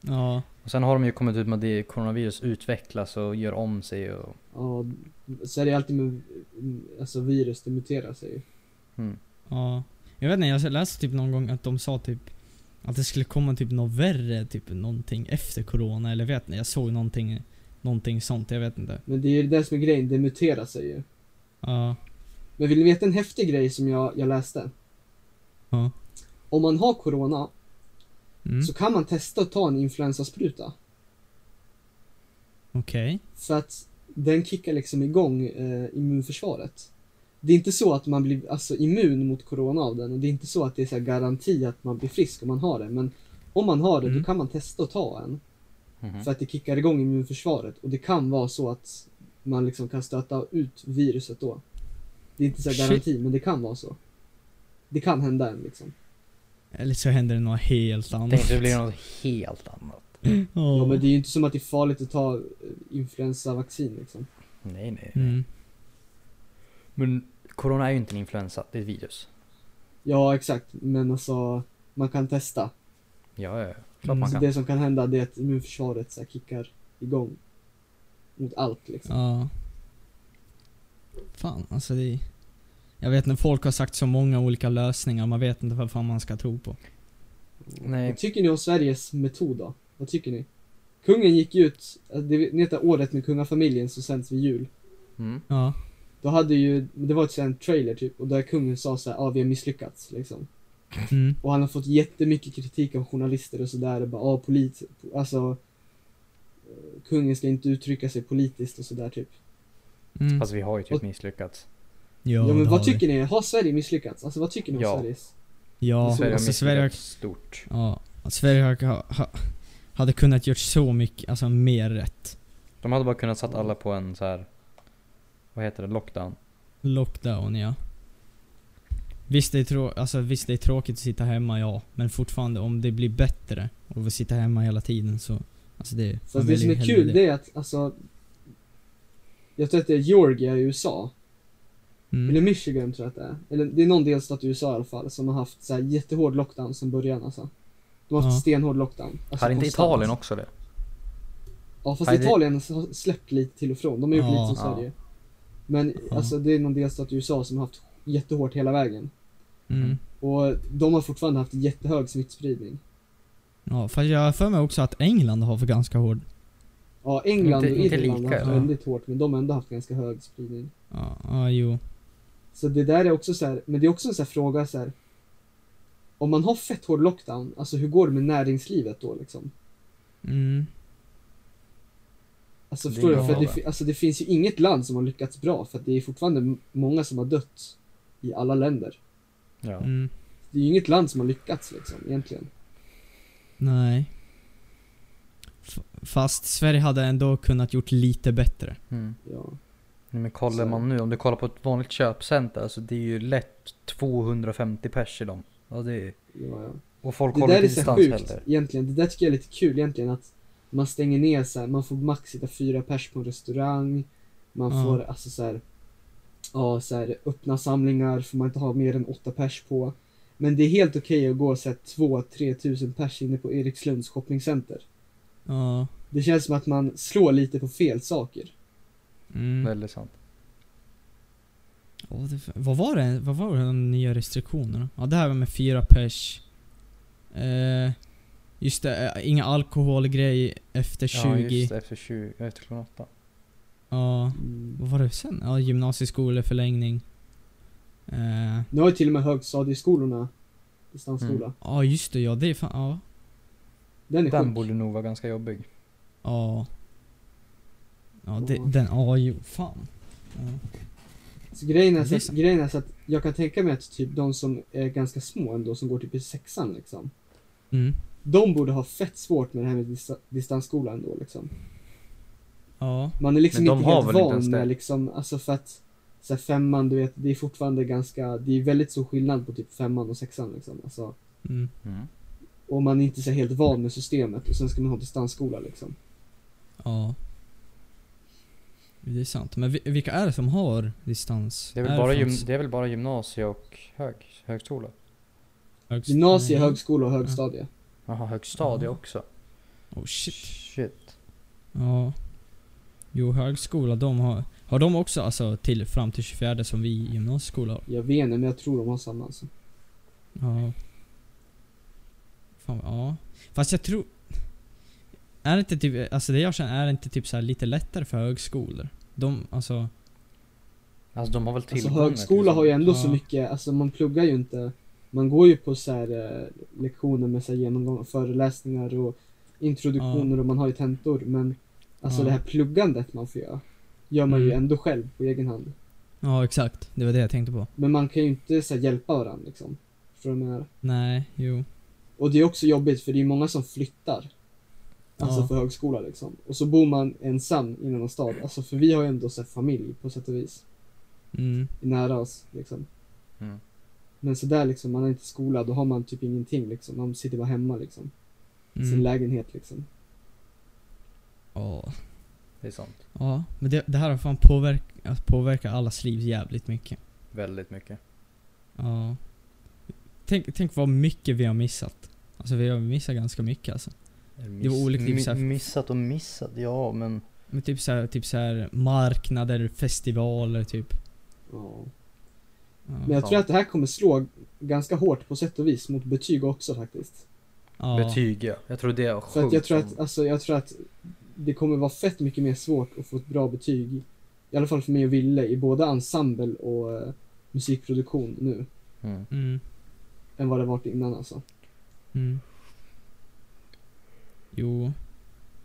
B: Ja.
C: Och sen har de ju kommit ut med att det coronavirus utvecklas och gör om sig och...
A: Ja, så är det alltid med alltså, virus, det muterar sig ju.
C: Mm.
B: Ja. Jag vet inte, jag läste typ någon gång att de sa typ att det skulle komma typ något värre, typ någonting efter corona eller vet ni, jag såg någonting, någonting sånt, jag vet inte.
A: Men det är ju det som är grejen, det muterar sig ju.
B: Ja.
A: Men vill ni veta en häftig grej som jag, jag läste?
B: Ja.
A: Om man har corona
B: Mm.
A: så kan man testa att ta en influensaspruta.
B: Okej.
A: För att den kickar liksom igång eh, immunförsvaret. Det är inte så att man blir alltså, immun mot corona av den och det är inte så att det är så här garanti att man blir frisk om man har det. Men om man har det
B: Mm.
A: då kan man testa att ta en.
C: Mhm.
A: För att det kickar igång immunförsvaret och det kan vara så att man liksom kan stöta ut viruset då. Det är inte så här
B: Shit.
A: garanti men det kan vara så. Det kan hända en liksom.
B: Eller så händer det något helt annat.
C: Tänkte det blir något helt annat.
B: Ja.
A: Ja, men det är ju inte som att det är farligt att ta eh, influensavaccin liksom.
C: Nej, nej. nej.
B: Mm.
C: Men corona är ju inte en influensa, det är ett virus.
A: Ja, exakt. Men alltså, man kan testa.
C: Ja, ja, ja. Klart
B: Mm,
C: man
A: Så
C: kan.
A: Alltså, det som kan hända det är att immunförsvaret så här, kickar igång. Mot allt liksom.
B: Ja. Fan, alltså det är... Jag vet när folk har sagt så många olika lösningar, man vet inte vad fan man ska tro på.
C: Nej.
A: Vad tycker ni om Sveriges metod då? Vad tycker ni? Kungen gick ju ut, eh, det, ni vet det här året med kungafamiljen som sänds vid jul.
C: Mm.
B: Ja.
A: Då hade ju, det var ett sånt trailer typ och där kungen sa så här, ja ah, vi har misslyckats liksom.
B: Mm.
A: Och han har fått jättemycket kritik av journalister och sådär och bara, ah, polit, alltså eh, kungen ska inte uttrycka sig politiskt och sådär typ.
B: Mm.
C: Fast vi har ju typ
A: Och-
C: misslyckats.
A: Ja,
B: det
A: men vad
B: har vi.
A: tycker ni? Har Sverige misslyckats? Alltså vad tycker ni om
C: Ja.
A: Sveriges?
B: Ja,
A: Sverige har
B: alltså Sverige har
C: stort.
B: Ja, att Sverige har, ha, ha, hade kunnat gjort så mycket, alltså mer rätt.
C: De hade bara kunnat satt alla på en så här. Vad heter det? Lockdown.
B: Lockdown ja. Visst det, är trå- alltså, visst det är tråkigt att sitta hemma ja, men fortfarande om det blir bättre och att sitta hemma hela tiden så, alltså det...
A: Så
B: man
A: det som
B: väljer
A: är
B: hellre
A: kul det är att alltså Jag tror att det är Georgia i USA, eller
B: Mm.
A: Michigan tror jag att det är. Eller det är någon delstat i USA i alla fall som har haft så här jättehård lockdown sedan början alltså. De har haft
B: Ja.
A: stenhård lockdown. Alltså,
C: hade inte
A: konstant.
C: Italien också det?
A: Ja fast
C: Hade-
A: Italien har släppt lite till och från, de har gjort
B: Ja,
A: lite som
C: ja.
A: Sverige. Men
B: Ja.
A: alltså det är någon delstat i USA som har haft jättehårt hela vägen.
B: Mm.
A: Och de har fortfarande haft jättehög smittspridning.
B: Ja, fast jag har för mig också att England har för ganska hård.
A: Ja, England
C: Inte-
A: och
C: inte
A: Irland
C: lika,
A: har haft
B: eller?
A: väldigt hårt men de har ändå haft ganska hög spridning.
B: Ja, ja jo.
A: Så det där är också så här, men det är också en så här fråga så här. Om man har fett hård lockdown, alltså hur går det med näringslivet då liksom?
B: Mm.
A: Alltså
C: Det
A: förstår
C: är
A: du?
C: en
A: För att det,
C: fråga.
A: fi- alltså, det finns ju inget land som har lyckats bra för att det är fortfarande m- många som har dött i alla länder.
C: Ja.
B: Mm.
A: Det är ju inget land som har lyckats liksom egentligen.
B: Nej. F- fast Sverige hade ändå kunnat gjort lite bättre.
C: Mm.
A: Ja.
C: Nej, Men kollar
A: Så.
C: man nu, om du kollar på ett vanligt köpcenter, alltså det är ju lätt 250 pers i dem. Ja, det är,
A: Ja, ja.
C: och folk
A: Det
C: håller
A: där
C: inte
A: är så här
C: distans
A: sjukt
C: heller.
A: egentligen. Det där tycker jag är lite kul egentligen att man stänger ner så här, man får max sitta fyra pers på en restaurang. Man
B: Ja.
A: får alltså så här, ja så här öppna samlingar får man inte ha mer än åtta pers på. Men det är helt okej att gå så här två, tre tusen pers inne på Erikslunds shoppingcenter.
B: Ja.
A: Det känns som att man slår lite på fel saker.
B: Mm.
C: Väldigt sant.
B: Ja, det, vad var det? Vad var det de nya restriktionerna? Ja, det här var med fyra pers. Eh, just det, eh, inga alkoholgrej efter 20.
C: Ja,
B: Ja,
C: just det, efter 20, efter klockan åtta.
A: Mm.
B: vad var det sen? Ja, gymnasieskoleförlängning. Eh,
A: Nu har ju till och med högstadieskolorna distansskola.
B: ja, just det. Ja, det är fan... Ja.
A: Den är
C: Mm. Den
A: sjuk.
C: borde nog vara ganska jobbig.
B: Ja. Ja, det,
A: Ja.
B: den... Ja, jo. Fan. Ja.
A: Så grejen är,
B: Det
A: så
B: är
A: att,
B: sant.
A: grejen är så att jag kan tänka mig att typ de som är ganska små ändå, som går typ i sexan liksom.
B: Mm.
A: De borde ha fett svårt med det här med dista- distansskola ändå liksom.
B: Ja.
A: Man är liksom
C: Men de
A: inte
C: har
A: helt
C: väl inte
A: van
C: ens det?
A: med liksom, alltså för att så här, femman, du vet, det är fortfarande ganska, det är väldigt stor skillnad på typ femman och sexan liksom. Alltså,
B: Mm.
C: Mm.
A: och man är inte så här helt van med systemet och sen ska man ha distansskola liksom.
B: Ja. Det är sant. Men vi- vilka är det som har distans?
C: Det, är väl bara gym- det är väl bara gymnasie och hög- högskola?
A: Gymnasie, högskola och högstadie.
C: Jaha, högstadie
B: Ja.
C: också?
B: Oh shit.
C: Shit.
B: Ja. Jo, högskola, de har... Har de också alltså till fram till 24 som vi i gymnasieskola har?
A: Jag vet inte, men jag tror de har samma alltså.
B: Ja. Fan, ja. Fast jag tror... Är det inte typ, alltså det jag känner, är det inte typ så här lite lättare för högskolor? De, alltså...
C: Alltså de har väl
A: Alltså
C: tillgång
A: högskola har ju ändå så
B: Ja.
A: mycket, alltså man pluggar ju inte. Man går ju på så här eh, lektioner med så här genomgång, föreläsningar och introduktioner och man har ju tentor men alltså
B: Ja.
A: det här pluggandet man får göra gör man ju
B: Mm.
A: ändå själv på egen hand.
B: Ja, exakt. Det var det jag tänkte på.
A: Men man kan ju inte så här, hjälpa varandra liksom. Förstår du vad jag menar?
B: Nej, jo.
A: Och det är också jobbigt för det är många som flyttar. Alltså
B: Ja.
A: för högskola liksom. Och så bor man ensam i en annan stad. Alltså för vi har ju ändå sett familj på sätt och vis.
B: Mm.
A: Nära oss liksom.
C: Mm.
A: Men sådär liksom, man är inte skola, då har man typ ingenting liksom. Man sitter bara hemma liksom. I sin
B: mm.
A: lägenhet liksom.
B: Ja.
C: Det är sant.
B: Ja, men det, det här har fan påverkat, påverkat allas liv jävligt mycket.
C: Väldigt mycket.
B: Ja. Tänk, tänk vad mycket vi har missat. Alltså vi har missat ganska mycket alltså. Det var olika typ så här-
C: Missat och missat, ja men.
B: Men typ så här, typ så här marknader, festivaler typ.
A: Ja. Men
B: Ja.
A: jag tror att det här kommer slå ganska hårt på sätt och vis mot betyg också faktiskt.
B: Ja.
C: Betyg ja. Jag tror det har
A: För att jag
C: sjunkit.
A: tror att, alltså jag tror att det kommer vara fett mycket mer svårt att få ett bra betyg. I alla fall för mig och Ville i både ensemble och eh, musikproduktion nu.
C: Mm.
B: Mm.
A: Än vad det varit innan alltså.
B: Mm. Jo.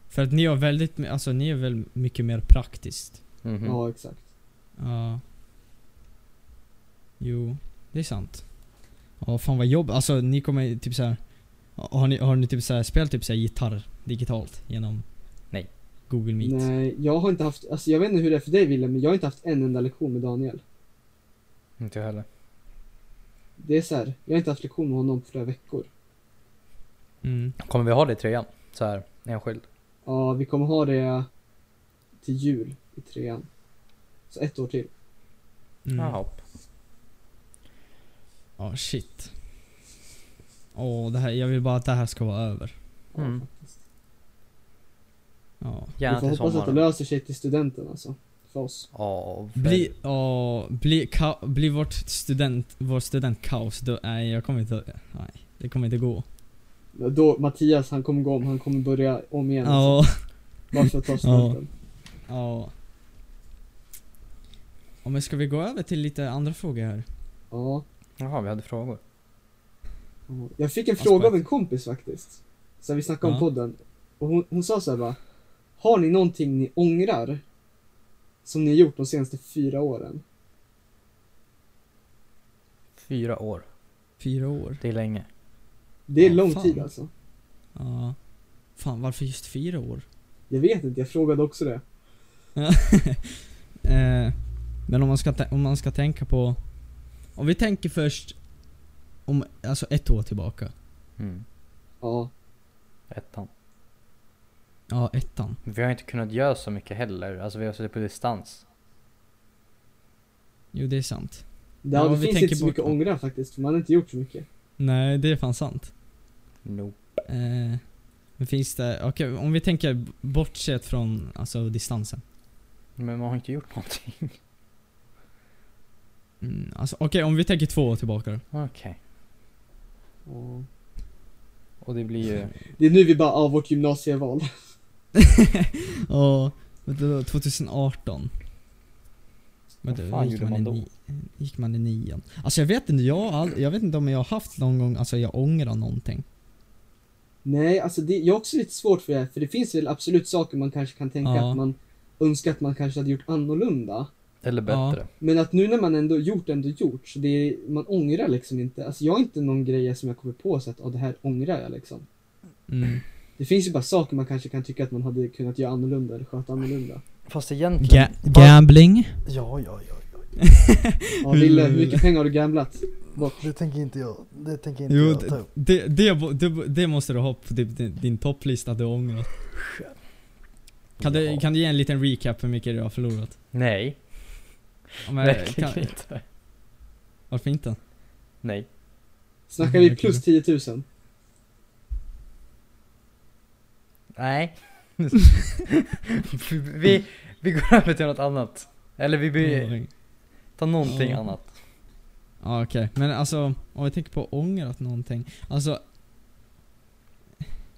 B: För att ni har väldigt, my- alltså ni är väl mycket mer praktiskt.
C: Mhm.
A: Ja, exakt.
B: Ja. Jo, det är sant. Ja, fan vad jobb. Alltså ni kommer ju typ så här. Har ni, har ni typ så här spelat typ så här gitarr digitalt genom?
C: Nej.
B: Google Meet?
A: Nej, jag har inte haft, alltså jag vet inte hur det är för dig Ville, men jag har inte haft en enda lektion med Daniel.
C: Inte jag heller.
A: Det är så här, jag har inte haft lektion med honom på flera veckor.
B: Mm.
C: Kommer vi ha det i trean? Så här enskild?
A: Ja, vi kommer ha det till jul i trean. Så ett år till.
B: mm.
C: Jaha.
B: Ja, shit. Åh, det här, jag vill bara att det här ska vara över.
A: Ja,
C: Mm.
A: faktiskt.
B: Ja.
A: Vi
C: Gärna
A: får
C: till
A: hoppas att det
C: sommaren.
A: löser sig till studenten alltså. För oss.
C: Ja,
B: Bli, åh, bli, ka, bli vårt student, vår studentkaos, då, nej jag kommer inte, nej. Det kommer inte gå.
A: Då, Mattias, han kommer gå om, han kommer börja om igen. alltså.
B: Ja.
A: Bara för att ta studenten.
B: Ja. Ja men ska vi gå över till lite andra frågor här?
A: Ja.
C: Jaha, vi hade frågor.
A: ja. Jag fick en
B: Aspekt.
A: fråga av en kompis faktiskt. Sen vi snackade om
B: Ja.
A: podden. Och hon, hon sa så här bara. Har ni någonting ni ångrar? Som ni har gjort de senaste fyra åren?
C: Fyra år.
B: Fyra år?
C: Det är länge.
A: Det är
B: Ja,
A: lång
B: fan.
A: tid alltså.
B: Ja. Fan varför just fyra år?
A: Jag vet inte, jag frågade också det.
B: Eh, men om man, ska tä- om man ska tänka på... Om vi tänker först om, alltså ett år tillbaka.
C: Mm.
A: Ja.
C: Ettan.
B: Ja, ettan.
C: Vi har inte kunnat göra så mycket heller. Alltså vi har suttit på distans.
B: Jo det är sant.
A: Det,
B: Ja,
A: det
B: vi
A: finns
B: tänker
A: inte så
B: bort
A: mycket
B: det.
A: ångra faktiskt, för man har inte gjort så mycket.
B: Nej, det är fan sant.
C: No.
B: Eh, men finns det, okej om vi tänker b- bortsett från alltså distansen.
C: Men man har inte gjort någonting.
B: Mm, alltså okej om vi tänker två år tillbaka då.
C: Okej.
A: Ja.
C: Och det blir ju...
A: Det är nu vi bara, ja, vårt gymnasieval.
B: Ja, vänta då, 2018.
C: Vad
B: Vänta,
C: fan
B: gick
C: gjorde man
B: i
C: då?
B: ni- Gick man i nian? Alltså jag vet inte, jag, har ald- jag vet inte om jag har haft någon gång, alltså jag ångrar någonting.
A: Nej, alltså det, jag har också lite svårt för det här, för det finns väl absolut saker man kanske kan tänka
B: Ja.
A: att man önskar att man kanske hade gjort annorlunda.
C: Eller
B: Ja.
C: bättre.
A: Men att nu när man ändå gjort, ändå gjort, så det är, man ångrar liksom inte. Alltså jag har inte någon grej som jag kommer på så att, ja, det här ångrar jag liksom.
B: Mm.
A: Det finns ju bara saker man kanske kan tycka att man hade kunnat göra annorlunda eller sköta annorlunda.
C: Fast egentligen...
B: Ga- gambling?
D: Ja, ja, ja, ja.
A: Ja, Wille, hur
B: Mm.
A: mycket pengar har du gamblat?
D: Det tänker inte jag, det tänker inte
B: Jo,
D: jag ta upp.
B: Det, det, bo- det, bo- det måste du ha på typ din, din topplista du ångrar. Kan du, kan du ge en liten recap hur mycket du har förlorat?
C: Nej.
B: Ja, men,
C: Verkligen
B: kan,
C: inte.
B: varför inte?
C: Nej.
A: Snackar
B: Mm,
A: vi plus 10 000?
C: Nej. vi, vi går över till något annat. Eller vi blir,
B: Mm.
C: ta någonting
A: Mm.
B: Ja.
C: annat.
B: Ja okej, men alltså om vi tänker på ångrat någonting. Alltså,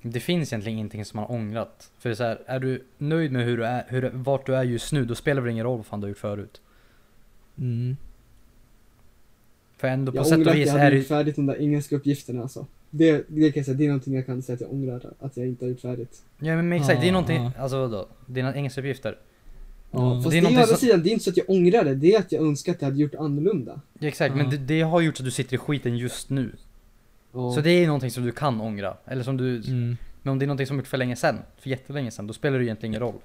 C: Det finns egentligen ingenting som man har ångrat. För det är så här, är du nöjd med hur du är, hur, vart du är just nu, då spelar det väl ingen roll vad fan du har gjort förut.
B: mm,
C: För ändå på
A: Jag
C: sätt
A: ångrar
C: och
A: att
C: vis
A: jag
C: är
A: hade
C: det
A: gjort färdigt de där engelska uppgifterna alltså. Det, det kan jag säga, det är någonting jag kan säga att jag ångrar att jag inte har gjort färdigt.
C: Ja men exakt,
A: Ah.
C: det är
B: Ja,
C: någonting,
B: ja.
C: alltså vadå? Dina engelskauppgifter?
B: Ja.
A: Fast
C: Det
A: det är
C: är
A: å
C: någonting
A: andra
C: som-
A: sidan, det är inte så att jag ångrar det, det är att jag önskar att jag hade gjort annorlunda.
C: Ja, exakt, men
A: Ah.
B: Ja.
C: det, det har gjort så att du sitter i skiten just nu.
A: Ja.
C: Så det är någonting som du kan ångra. Eller som du,
B: mm.
C: men om det är någonting som du gjort för länge sedan, för jättelänge sedan, då spelar det egentligen ingen roll.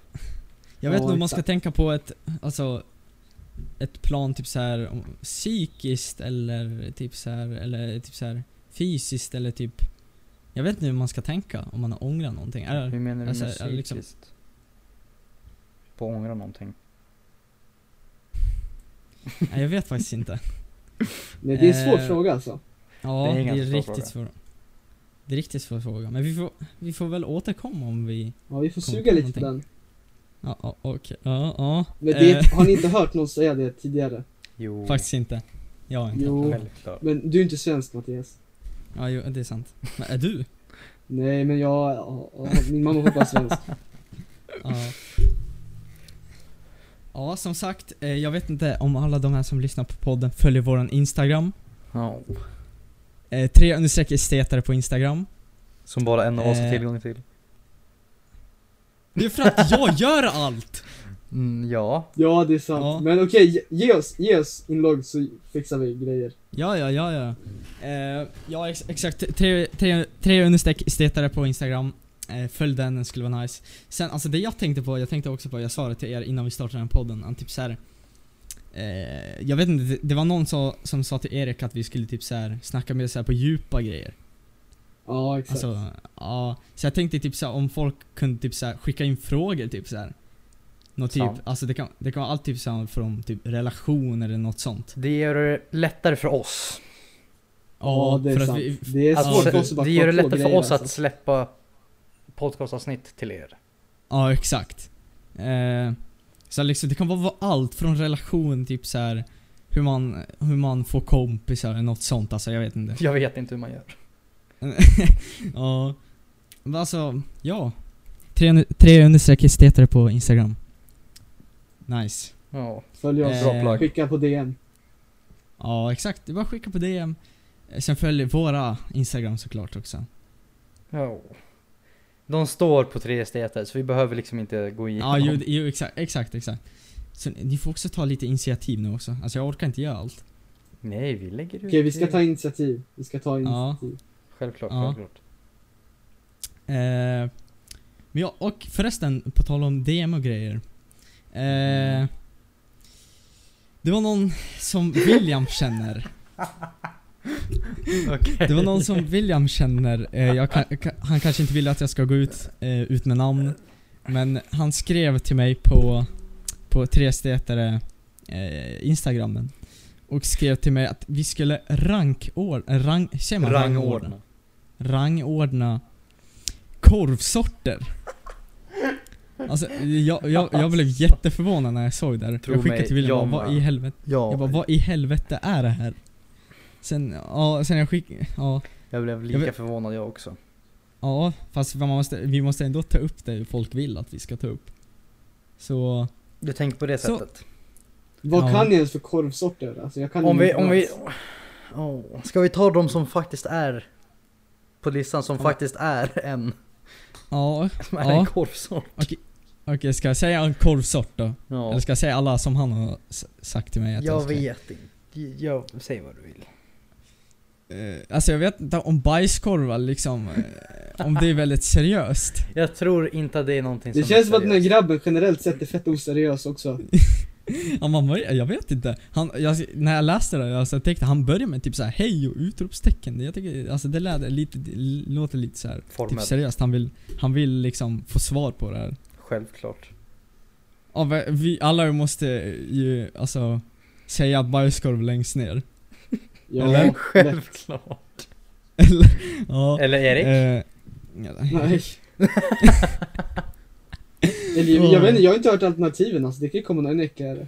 B: Jag vet
A: Ja,
B: inte om man ska
A: exakt.
B: tänka på ett, alltså ett plan typ så här om- psykiskt eller typ så här eller typ så här fysiskt eller typ Jag vet inte hur man ska tänka om man har ångrat någonting. Eller,
C: Hur menar du
B: Alltså,
C: med
B: ja, liksom-
C: psykiskt? På att ångra någonting?
B: nej, jag vet faktiskt inte.
A: Nej, det är en svår
B: Eh,
A: fråga alltså.
B: Ja,
C: Det är
B: det
C: en
B: är,
C: ganska svår
B: riktigt svår. Det är riktigt svår fråga. Men vi får, vi får väl återkomma om vi...
A: Ja, vi får
B: kom
A: suga
B: på
A: lite på den.
B: någonting. Ja, ja, okej. Ja, ja.
A: Men det,
B: Eh,
A: har ni inte hört någon säga det tidigare?
C: Jo,
B: faktiskt inte. Jag har inte.
A: Jo,
C: självklart.
A: men du är inte svensk Mattias.
B: Ja, jo, det är sant. Men är du?
A: Nej, men jag, ja, ja, min mamma och pappa är svensk.
B: Ja. Ja, som sagt, eh, jag vet inte om alla de här som lyssnar på podden följer våran Instagram.
C: Ja.
B: Eh, tre understreck estetare på Instagram.
C: Som bara en av oss har
B: Eh.
C: tillgång till.
B: Det är för att jag gör allt!
C: Mm, ja.
A: Ja, det är sant.
B: Ja.
A: Men okej, ge- ge oss, ge oss inlogg så fixar vi grejer.
B: Ja, ja, ja, ja. Eh, ja, ex- exakt. Tre, tre, tre understreck estetare på Instagram. Eh, följ den, den skulle vara nice. Sen, alltså det jag tänkte på, jag tänkte också på, jag sa det till er innan vi startade den här podden, att typ så här. Eh, jag vet inte, det, det var någon så, som sa till Erik att vi skulle typ så här snacka mer så här på djupa grejer.
A: Ja, exakt.
B: Alltså, ja. Så jag tänkte typ såhär, om folk kunde typ såhär, skicka in frågor typ såhär. Något typ,
C: Sant.
B: alltså det kan, det kan vara allt typ såhär från typ relationer eller något sånt.
C: Det gör det lättare för oss.
A: ja, det är
B: för att
A: sant.
B: vi-
A: det är svårt
C: Alltså,
A: för oss att bara
C: det gör det
A: komma på
C: lättare för
A: grejer,
C: oss
A: alltså.
C: att släppa podcastavsnitt till er.
B: Ja, exakt. Eh, så liksom, det kan vara vara allt från relation, typ så här hur man, hur man får kompisar eller något sånt, alltså jag vet inte.
C: Jag vet inte hur man gör.
B: Ja. Men alltså, ja. Tre, tre understreck estetare på Instagram. Nice.
C: Ja.
A: Följ oss.
C: Bra plugg.
A: Skicka på DM.
B: Ja, exakt. Det är bara att skicka på DM. Eh, Sen följ våra Instagram såklart också.
C: ja. De står på tre esteter så vi behöver liksom inte gå igenom.
B: Ja, ju, ju, exakt, exakt, exakt. Så ni- ni får också ta lite initiativ nu också. Alltså jag orkar inte göra allt.
C: Nej, vi lägger ut.
A: Okej, vi ska
C: det.
A: ta initiativ. Vi ska ta
B: Ja.
A: initiativ.
C: Självklart,
B: Ja.
C: självklart.
B: Eh, men ja, och förresten, på tal om DM och grejer. Eh, det var någon som William känner. Det var någon som William känner, eh, jag kan, ka- han kanske inte ville att jag ska gå ut, eh, ut med namn. Men han skrev till mig på, på trestetare eh, instagrammen. Och skrev till mig att vi skulle rankordna, rang, säger man rangordna?
C: Rangordna.
B: rangordna korvsorter. Alltså, jag, jag, jag blev jätteförvånad när jag såg det här.
C: Tro
B: jag skickade
C: mig,
B: till William
C: jag
B: bara, vad
C: med."
B: i helvete?
D: Ja,
B: Jag bara, vad i helvete är det här? Sen, ja, sen jag skickade, ja,
C: Jag blev lika
B: Jag vet-
C: förvånad jag också.
B: ja, fast man måste, vi måste ändå ta upp det folk vill att vi ska ta upp. Så,
C: Du tänker på det
B: Så-
C: sättet?
A: Vad
B: Ja.
A: kan jag ens för korvsorter? Alltså, jag kan
C: Om vi,
A: inget
C: om vi...
A: alls.
C: Åh, Ska vi ta de som faktiskt är på listan som
B: Ja.
C: faktiskt är en,
B: ja,
C: som är
B: Ja.
C: en korvsort?
B: okej ska jag säga en korvsort då?
C: Ja.
B: Eller ska jag säga alla som han har s- sagt till mig att jag,
C: Jag
B: ska?
C: vet inte. Jag, säg vad du vill.
B: eh, alltså jag vet inte om bajskorvar liksom, eh, om det är väldigt seriöst.
C: Jag tror inte att det är någonting
A: Det
C: som
A: känns som att den här
C: seriöst.
A: grabben generellt sett är fett oseriös också.
B: Ja, man börjar, jag vet inte. Han, jag, när jag läste det, alltså, jag tänkte han börjar med typ så här hej och utropstecken. Jag tycker, alltså det lät lite, det låter lite så här, typ
C: Formellt.
B: seriöst. Han vill, han vill liksom få svar på det här.
C: Självklart.
B: Ja, vi- vi alla måste ju, alltså, säga bajskorv längst ner.
A: Ja,
B: Eller?
A: lätt.
C: Självklart.
B: Eller, ja.
C: Eller Erik?
B: Eh,
A: Nej. Eller, jag, jag vet inte, jag har inte hört alternativen alltså. Det kan ju komma någon äckligare.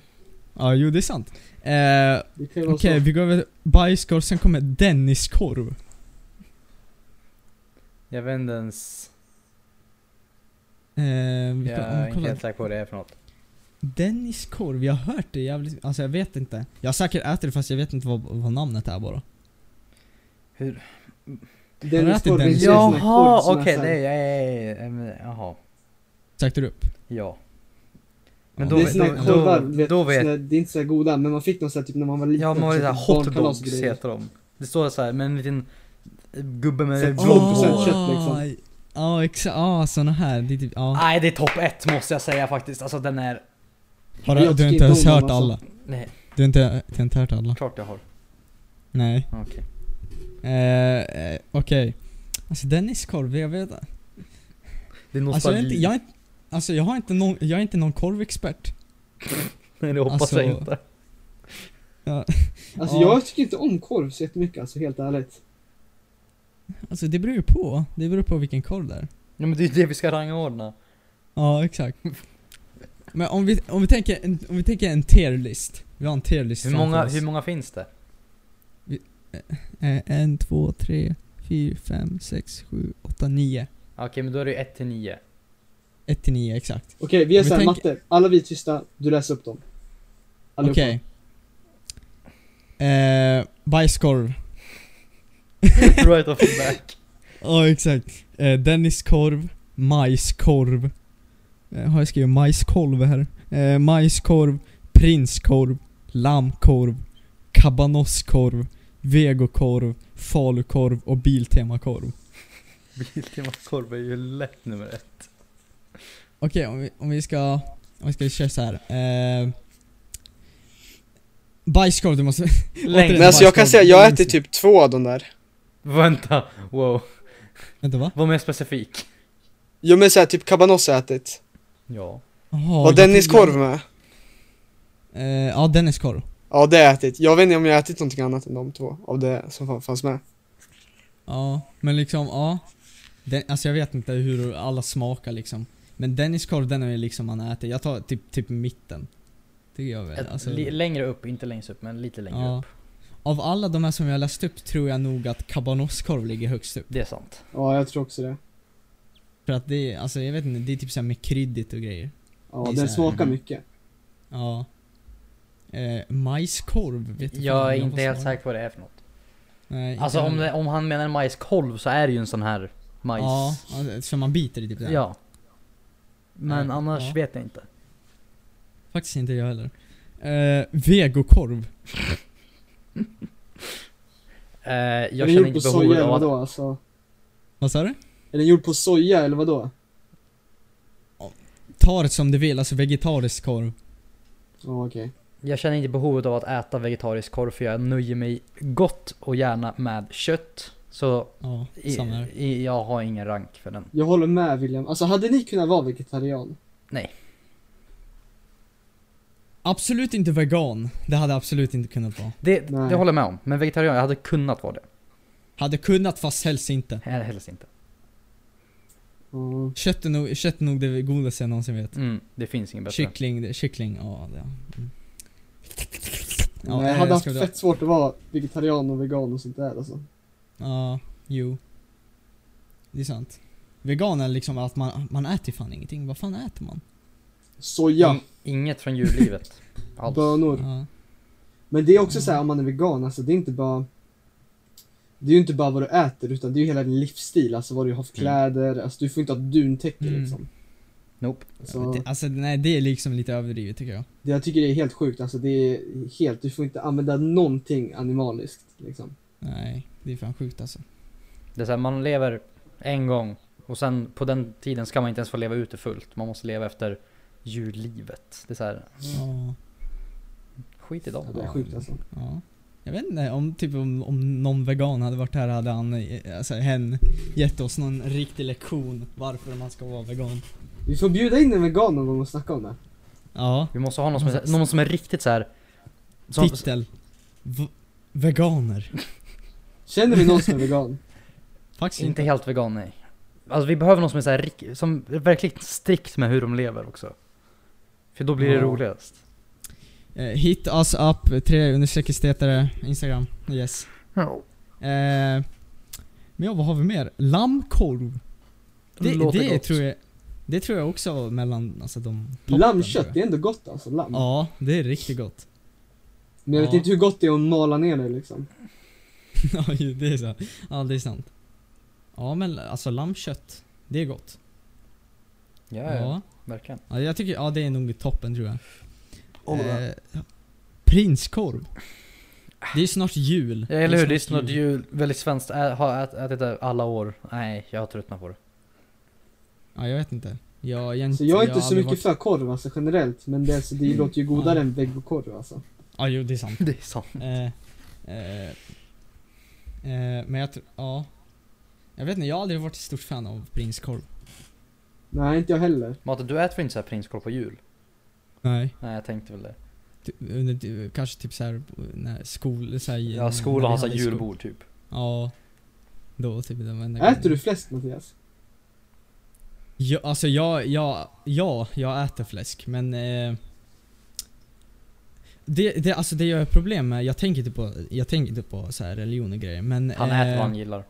B: ja, jo det är sant. Eh,
A: Det kan ju
B: Okej,
A: vara så.
B: vi går över bajskorv, sen kommer Denniskorv.
C: Jag vet inte ens.
B: Eh, vi
C: Jag
B: kan- om
C: är
B: vi
C: inte
B: kollar-
C: helt säker på vad det är för något.
B: Dennis korv, jag har hört det jävligt, alltså jag vet inte. Jag har säkert ätit det fast jag vet inte vad, vad namnet är bara.
C: Hur?
B: Har du
A: Dennis
B: ätit
A: Korv, det är en
B: Dennis?
A: sån här korv som
C: Jaha,
A: är
C: okej.
A: så här-
C: det är- ja, ja, ja, ja, ja, Jaha.
B: Sökte du upp?
C: Ja. Men
B: Ja,
C: då,
A: det är
C: vet-
A: såna
C: då,
A: här korvar, du
C: då,
A: vet,
C: då
A: såna
C: vet
A: här- det är inte så här goda, men man fick dem såhär typ när man var liten.
C: Ja man var ju
A: så här
C: såhär hot dogs
A: barnkalasgrejer.
C: heter de. Det står så här med en liten gubbe med
A: Så-
C: blod
A: Åh!
C: på.
A: kött, liksom.
B: Ja exakt, ja såna här. Det är typ, ja.
C: Nej det är topp ett måste jag säga faktiskt. Alltså den är...
B: Har
A: jag
B: du, du
A: tycker inte
B: har inte ens
A: om dem,
B: hört
A: alltså.
B: alla?
C: Nej,
B: Du har inte, du har inte hört alla?
C: klart jag har.
B: Nej.
C: Okej.
B: Eh, eh, okej. Alltså Dennis korv, jag vet
C: Det är
B: Alltså jag är
C: nostalgi.
B: inte, jag är inte, alltså jag har inte någon, jag är inte någon korvexpert.
C: Nej det hoppas
B: Alltså-
C: jag inte.
A: Alltså
B: Ja.
A: jag tycker inte om korv så jättemycket alltså, helt ärligt.
B: Alltså det beror ju på, det beror på vilken korv det är.
C: Ja men det är ju det vi ska rangordna.
B: Ja, exakt. Men om vi, om vi tänker, en- om vi tänker en tier list. Vi har en tier list
C: Hur
B: framför
C: många,
B: oss.
C: hur många finns det?
B: Eh, en, två, tre, fyra, fem, sex, sju, åtta, nio.
C: Okej men då är det ju 1 till 9.
B: Ett till nio, exakt.
A: Okej, vi gör
B: Vi
A: såhär,
B: tänker-
A: matte. Alla vi är tysta, du läser upp dem. Allihopa.
B: Okej. Eh, bajskorv.
C: right off the back.
B: Ja, exakt. Eh, Denniskorv, majskorv. Eh, har jag skrivit majskolv här? Eh, majskorv, prinskorv, lammkorv, kabanosskorv, vegokorv, falukorv och biltemakorv.
C: Biltemakorv är ju lätt nummer ett.
B: Okej, om, vi, om vi ska... Om vi ska köra så här. Eh, bajskorv, du måste...
C: Längst.
E: Men alltså jag kan
B: Bajskorv.
E: säga, jag äter typ två av de där.
C: Vänta, wow.
B: Vänta va?
C: Var mer specifik.
E: Jo men såhär, typ kabanoss har jag ätit.
C: Ja.
B: Jaha,
E: Och
B: jag
E: Dennis
B: trodde-
E: korv med.
B: Eh, ja, Denniskorv.
E: Ja det har jag ätit. Jag vet inte om jag har ätit någonting annat än de två, av det som fan- fanns med.
B: Ja, men liksom, ja. Den, alltså jag vet inte hur alla smakar liksom. Men Denniskorv den är ju liksom man äter. Jag tar typ, typ mitten. Tycker jag väl.
C: Ett,
B: Alltså,
C: li, längre upp, inte längst upp men lite längre
B: ja.
C: upp.
B: Av alla de här som jag läst upp tror jag nog att kabanosskorv ligger högst upp.
C: Det är sant.
A: Ja, jag tror också det.
B: För att det är, alltså jag vet inte, det är typ såhär med kryddigt och grejer.
A: Ja,
B: Det är
A: den
B: så här,
A: smakar
C: mhm.
A: mycket.
B: Ja. Eh, majskorv vet du fan
C: Jag är
B: vad
C: inte helt
B: sa.
C: säker på vad det är för något.
B: Nej, inte
C: Alltså om,
B: heller.
C: det, om han menar en majskolv så är det ju en sån här majs...
B: Ja, alltså, så man biter i typ det här.
C: Ja. Men
B: Nej,
C: annars
B: ja.
C: vet jag inte.
B: Faktiskt inte jag heller. Eh, vegokorv.
C: Eh,
A: Är
C: jag
A: den
C: känner
A: gjord på
C: inte
A: soja
C: behovet
A: eller
C: av
A: vadå
C: att...
A: alltså?
B: Vad sa du?
A: Är den gjord på soja eller vadå?
B: Ta det som du vill, alltså vegetarisk korv.
A: Ja, okej.
C: Jag känner inte behovet av att äta vegetarisk korv för jag nöjer mig gott och gärna med kött. Så
B: Ja,
C: i,
B: samma här.
C: i, jag har ingen rank för den.
A: Jag håller med William. Alltså hade ni kunnat vara vegetarian?
B: Absolut inte vegan. Det hade jag absolut inte kunnat vara.
C: Det,
A: Nej.
C: det håller jag med om. Men vegetarian, jag hade kunnat vara det.
B: Hade kunnat fast helst inte.
C: Eller helst inte.
A: Ja.
B: Kött är nog, kött är nog det godaste jag någonsin vet.
C: Mm, det finns ingen bättre.
B: Kyckling, det, kyckling, ja det. Mm.
A: Nej, jag
B: eh,
A: hade haft
B: ska vi-
A: fett svårt att vara vegetarian och vegan och sånt där alltså.
B: Ja, jo. Det är sant. Vegan är liksom att man, man äter fan ingenting. Vad fan äter man?
A: Soja,
C: In, inget från djurlivet. Alls.
A: bönor.
B: Ja.
A: Men det är också så här om man är vegan, alltså det är inte bara Det är ju inte bara vad du äter utan det är ju hela din livsstil, alltså vad du har för
C: Mm.
A: kläder, alltså du får inte ha duntäcke
B: Mm.
A: liksom.
C: Nope.
A: Alltså,
B: Det, alltså nej, det är liksom lite överdrivet tycker jag.
A: det jag tycker det är helt sjukt, alltså det är helt, du får inte använda någonting animaliskt liksom.
B: Nej. Det är fan sjukt alltså.
C: Det är så här, man lever en gång och sen på den tiden ska man inte ens få leva ute fullt. Man måste leva efter djurlivet. Det är så här,
A: Mm.
B: Ja.
C: skit i
A: Det
C: dem.
A: är sjukt alltså.
B: Ja. Jag vet inte om, typ, om, om någon vegan hade varit här hade han, eh, alltså, hen gett oss någon riktig lektion varför man ska vara vegan.
A: Vi får bjuda in en vegan någon gång och snacka om det.
B: Ja,
C: Vi måste ha någon som är, någon som är riktigt så här. Som,
B: titel. V- veganer.
A: Känner vi någon som är vegan?
B: Faktiskt
C: inte
B: inte.
C: helt vegan nej. Alltså vi behöver någon som är så här, rik- som är verkligen strikt med hur de lever också. För då blir det
A: Ja.
C: roligast.
B: Eh, hit us up, tre understreck estetare, Instagram. Yes.
C: Ja.
B: Eh, men ja, vad har vi mer? Lammkorv. Det,
C: Låter
B: det
C: gott.
B: tror jag Det tror jag också var mellan alltså, de toppen, tror
A: Lammkött,
B: jag.
A: det är ändå gott alltså. Lamm.
B: Ja, det är riktigt gott.
A: Men jag vet
B: Ja.
A: inte hur gott det är att mala ner det liksom.
B: ja, ju, det är sant. Ja, det är sant. Ja, men alltså lammkött. Det är gott.
C: Ja, ja,
B: Ja.
C: verkligen.
B: ja jag tycker, ja det är nog toppen tror jag.
D: Oliver.
B: Eh, prinskorv. Det är snart jul.
C: Ja, eller hur, det är snart jul. Väldigt svenskt. Ä, har ät, ätit det alla år. Nej, jag har tröttnat på det.
B: Ja, jag vet inte. Jag, jag,
A: Så jag är
B: har
A: inte så
B: aldrig
A: mycket
B: varit...
A: för korv alltså generellt, men det, alltså, det låter ju godare än vegokorv alltså.
B: Ja, jo det är sant.
C: Det är sant.
B: Eh, eh, eh, men jag tror, ja. Jag vet inte, jag har aldrig varit ett stort fan av prinskorv.
A: Nej, inte jag heller.
C: Matte, du äter väl inte så här prinskorv på jul?
B: Nej.
C: Nej, jag tänkte väl det.
B: Ty- under- ty- Kanske typ såhär, när skol, såhär,
C: Ja,
B: när
C: skolan
B: vi
C: har så här
B: hade skol-
C: julbord typ.
B: Ja. Då typ den enda
A: Äter
B: gången.
A: du fläsk Mattias?
B: Ja, alltså jag, jag, ja, jag äter fläsk men... Eh, det, det, alltså det jag har problem med, jag tänker inte på, jag tänker inte på så här religion och grejer men...
C: Han
B: eh,
C: äter vad han gillar.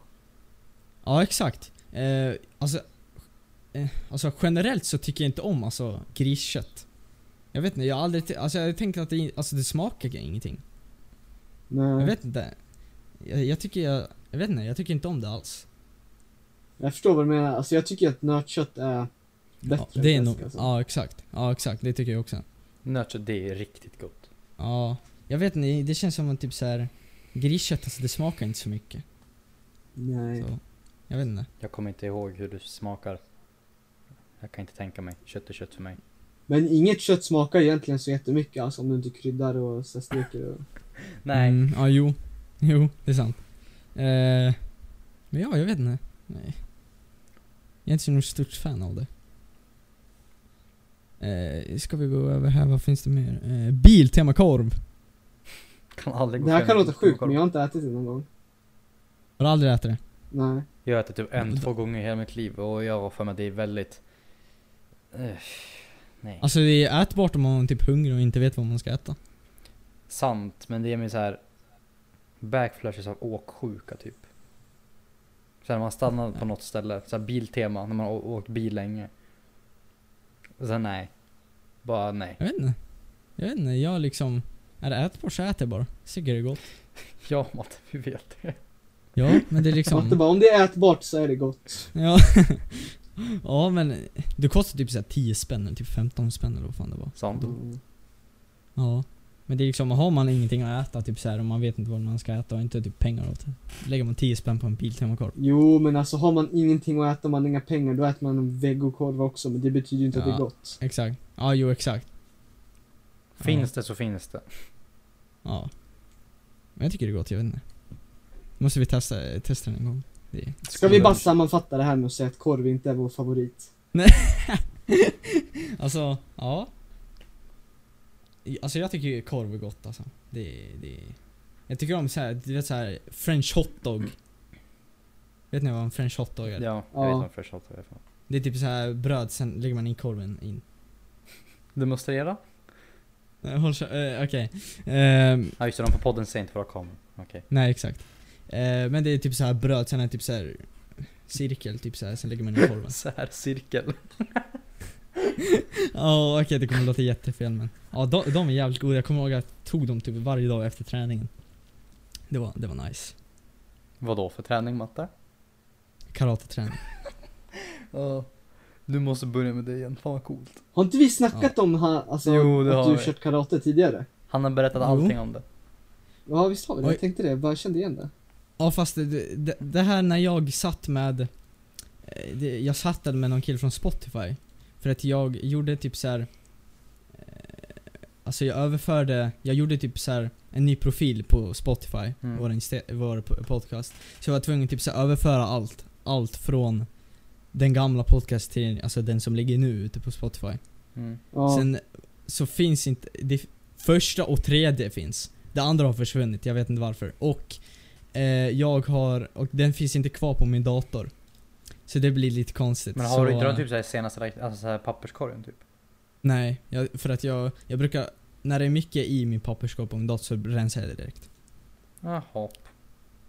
B: Ja exakt. Eh, alltså, eh, alltså generellt så tycker jag inte om alltså griskött. Jag vet inte, jag har aldrig, t- alltså jag tänker att det, alltså det smakar ingenting. Jag
A: Nej.
B: vet inte. Jag, jag tycker jag, jag vet inte, jag tycker inte om det alls.
A: Jag förstår vad du menar. Alltså jag tycker att nötkött är bättre
B: Ja, det är
A: än
B: nog,
A: fläsk, alltså.
B: ja exakt, ja exakt, det tycker jag också.
C: Nötkött, det är riktigt gott.
B: Ja, jag vet inte, det känns som en typ så här griskött, alltså det smakar inte så mycket.
A: Nej.
B: Så, jag vet inte.
C: Jag kommer inte ihåg hur det smakar. Jag kan inte tänka mig. Kött är kött för mig.
A: Men inget kött smakar egentligen så jättemycket alltså om du inte kryddar och så här steker och...
C: Nej.
B: Mm, ja, jo. Jo, det är sant. Eh, men ja, jag vet inte. Nej. Jag är inte så något stort fan av det. Eh, ska vi gå över här, vad finns det mer? Eh, Biltemakorv.
C: Kan aldrig gå
A: Det här
C: fel
A: kan
C: med
A: låta sjukt
C: korv.
A: men jag har inte ätit det någon gång.
B: Har du aldrig ätit det?
A: Nej.
C: Jag har ätit typ en,
B: Mm.
C: två gånger i hela mitt liv och jag har för mig att det är väldigt... Eh, nej.
B: Alltså det är ätbart om man är typ hungrig och inte vet vad man ska äta.
C: Sant, men det ger mig så här backflashes av åksjuka typ. Så här, när man stannar på något ställe, så här biltema, när man har å- åkt bil länge. Och sen nej. Bara nej.
B: Jag vet inte. Jag vet inte, jag liksom... Är det ätbart så äter jag bara. Jag tycker det är gott.
C: Ja Matte, vi vet det.
B: Ja, men det är
A: Matte
B: liksom...
A: bara, om det är ätbart så är det gott.
B: Ja. ja men det kostar typ såhär 10 spänn, eller typ 15 spänn eller vad fan det var.
C: Sant.
A: Mm.
B: Ja. Men det är liksom, har man ingenting att äta typ såhär och man vet inte vad man ska äta och inte typ pengar åt det. Lägger man 10 spänn på en Biltemakorv.
A: Jo men alltså har man ingenting att äta, man har inga pengar, då äter man en vegokorv också men det betyder ju inte att det
B: Ja.
A: är gott.
B: Exakt. Ja, jo exakt.
C: Finns det så finns det.
B: Ja. Men jag tycker det är gott, jag vet inte. Måste vi testa, testa den en gång. Det är...
A: Ska vi bara sammanfatta det här med att säga att korv inte är vår favorit?
B: Alltså, ja. I- Alltså jag tycker ju korv är gott alltså. Det, det... Jag tycker om såhär, du vet såhär, french hotdog. Vet ni vad en french hotdog är?
C: Ja, jag
A: Ja.
C: vet vad fresh hot är för något.
B: Det är typ så här bröd, sen lägger man in korven in.
C: Demonstrera?
B: Nej, Håll kö- eh, okej. Ehm,
C: Ja just det, de på podden säger inte vad det kommer. Okej.
B: nej exakt. Eh, men det är typ så här bröd, sen är det typ så här cirkel, typ så här, sen lägger man in korven.
C: Så här cirkel.
B: Ja okej det kommer låta jättefel men. Ja de, de är jävligt goda, jag kommer ihåg att jag tog dem typ varje dag efter träningen. Det var, det var nice.
C: Vad då för träning Matte?
B: Karateträning.
C: Ja. Du måste börja med det igen, fan vad coolt.
A: Har inte vi snackat om ha, alltså,
C: Jo, det
A: att
C: har
A: du
C: vi.
A: kört karate tidigare?
C: Han har berättat
B: Jo.
C: allting om det.
A: Ja visst har vi det?
B: Oj.
A: Jag tänkte det, jag bara kände igen det.
B: Ja fast det, det, det här när jag satt med eh, det, Jag satt där med någon kille från Spotify För att jag gjorde typ så här. eh, Alltså jag överförde, jag gjorde typ så här en ny profil på Spotify,
C: Mm.
B: vår, inste, vår po- podcast Så jag var tvungen typ så här, överföra allt, allt från den gamla podcast till alltså den som ligger nu ute på Spotify
C: Mm.
A: Ja.
B: Sen så finns inte, det första och tredje finns. Det andra har försvunnit, jag vet inte varför. Och eh, jag har, och den finns inte kvar på min dator. Så det blir lite konstigt.
C: Men
B: så,
C: har du inte de typ såhär senaste rakt- alltså så här papperskorgen typ?
B: Nej, jag, för att jag, jag brukar, när det är mycket i min papperskorg på min dator så rensar jag det direkt.
C: Jaha.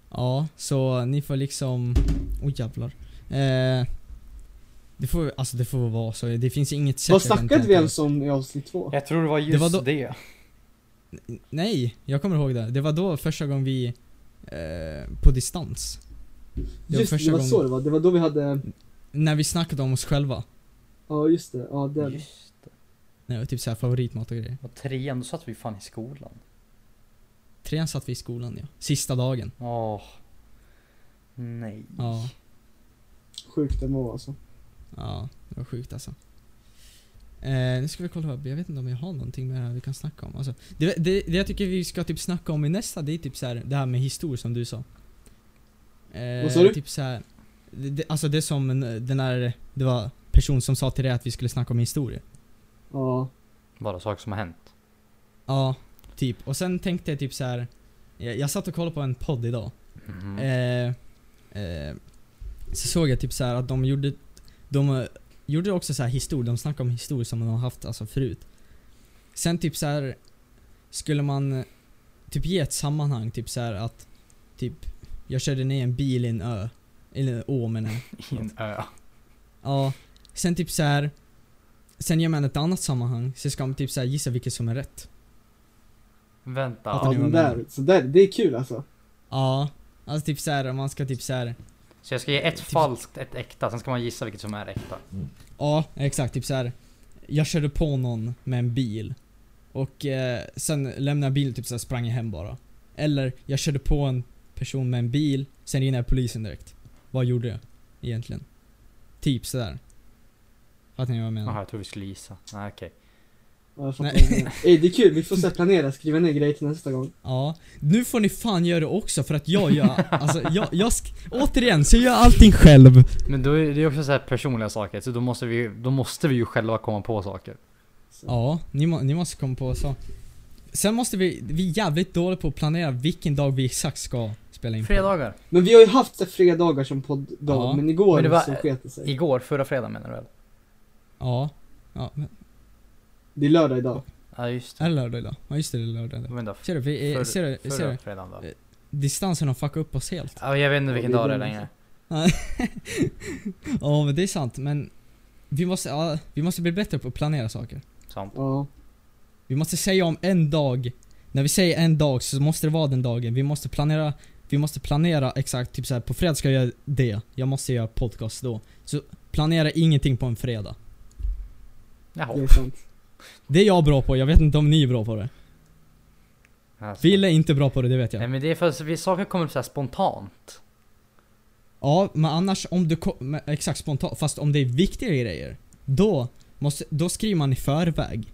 B: Ja, så ni får liksom... Oj jävlar. Eh, det får, alltså det får vara så. Det finns inget sätt
A: Vad
B: jag kan
A: snackade vi
B: tänka-
A: ens om i avsnitt två?
C: Jag tror det var just
B: Det
C: det.
B: var då- Nej, jag kommer ihåg det. Det var då första gången vi... Eh, på distans. Det var
A: Just det,
B: första
A: det var
B: gången-
A: så det var. Det var då vi hade,
B: När vi snackade om oss själva.
A: ja just det, ja den.
C: Just det.
B: Nej, och typ såhär favoritmat och grejer.
C: Och trean, då satt vi fan i skolan.
B: Trean satt vi i skolan ja. Sista dagen.
C: Åh. Nej.
B: Ja.
A: Sjukt den var alltså.
B: Ja, det var sjukt alltså. Eh, nu ska vi kolla upp, jag vet inte om jag har någonting mer här vi kan snacka om. Alltså, det, det, det jag tycker vi ska typ snacka om i nästa, det är typ så här, det här med historia som du sa. Eh,
A: Vad sa du?
B: Typ så här, det, det, alltså det som en- den där, det var person som sa till dig att vi skulle snacka om historia.
A: Ja.
C: Bara saker som har hänt.
B: Ja, typ. Och sen tänkte jag typ så här. Jag, jag satt och kollade på en podd idag.
C: Mhm.
B: Eh, eh, så såg jag typ så här att de gjorde, de eh, gjorde också så här historia, de snackade om historier som de har haft alltså förut. Sen typ så här skulle man eh, typ ge ett sammanhang, typ så här att typ jag körde ner en bil i en ö, eller en å menar jag.
C: I en ö.
B: Ja, sen typ så här Sen ger man ett annat sammanhang, så ska man typ så här gissa vilket som är rätt.
C: Vänta.
B: Att
A: Ja,
B: det var
A: den
B: med.
A: där. Så där, det är kul alltså.
B: Ja, alltså typ såhär, om man ska typ såhär,
C: Så jag ska ge ett
B: Typ-
C: falskt, ett äkta, sen ska man gissa vilket som är äkta.
B: ja exakt, typ såhär, jag körde på någon med en bil och eh, sen lämnade jag bilen typ såhär, sprang jag hem bara. Eller, jag körde på en person med en bil, sen ringde jag polisen direkt. Vad gjorde jag egentligen? Typ sådär. Fattar ni vad jag menar?
C: Jaha, jag tror vi skulle gissa. Nej okej.
A: Ja, jag fattar
B: Nej.
A: vad du menar. Ey, det är kul, vi får så här planera, skriva ner grejer till nästa gång.
B: Ja, nu får ni fan göra det också för att jag gör, alltså jag, jag sk- återigen så jag gör allting själv.
C: Men då är det ju också så här personliga saker, så då måste vi, då måste vi ju själva komma på saker.
A: Så.
B: Ja, ni, må, ni måste komma på så. Sen måste vi, vi är jävligt dåliga på att planera vilken dag vi exakt ska spela in på.
C: Fredagar.
A: Men vi har ju haft så här fredagar som podddag,
B: Ja.
A: men igår
C: Men det var-
A: så sket det sig.
C: Igår, förra fredagen menar du väl?
B: Ja. Ja, men-
A: Det är lördag idag.
C: Ja just
B: är
C: det.
B: det lördag idag? Ja just det, det är lördag idag.
C: Vänta,
B: Ser du, vi, är-
C: För-
B: ser du, ser
C: förra
B: du?
C: fredagen då?
B: Distansen har fuckat upp oss helt.
C: Ja, jag vet inte vilken
A: Ja, det är
C: dag det är
A: den
C: längre.
B: Ja men det är sant, men vi måste, ja, vi måste bli bättre på att planera saker.
C: Sant.
A: Ja.
B: Vi måste säga om en dag, när vi säger en dag så måste det vara den dagen. Vi måste planera, vi måste planera exakt, typ så här, på fredag ska jag göra det. Jag måste göra podcast då. Så planera ingenting på en fredag.
A: Det
C: Jaha.
A: är sant.
B: Det är jag bra på, jag vet inte om ni är bra på det.
C: Alltså.
B: Ville är inte bra på det, det vet
C: Nej
B: jag.
C: men det är för att vi- saker kommer upp så här spontant.
B: Ja, men annars om du ko- men exakt spontant, fast om det är viktiga grejer, då, måste, då skriver man i förväg.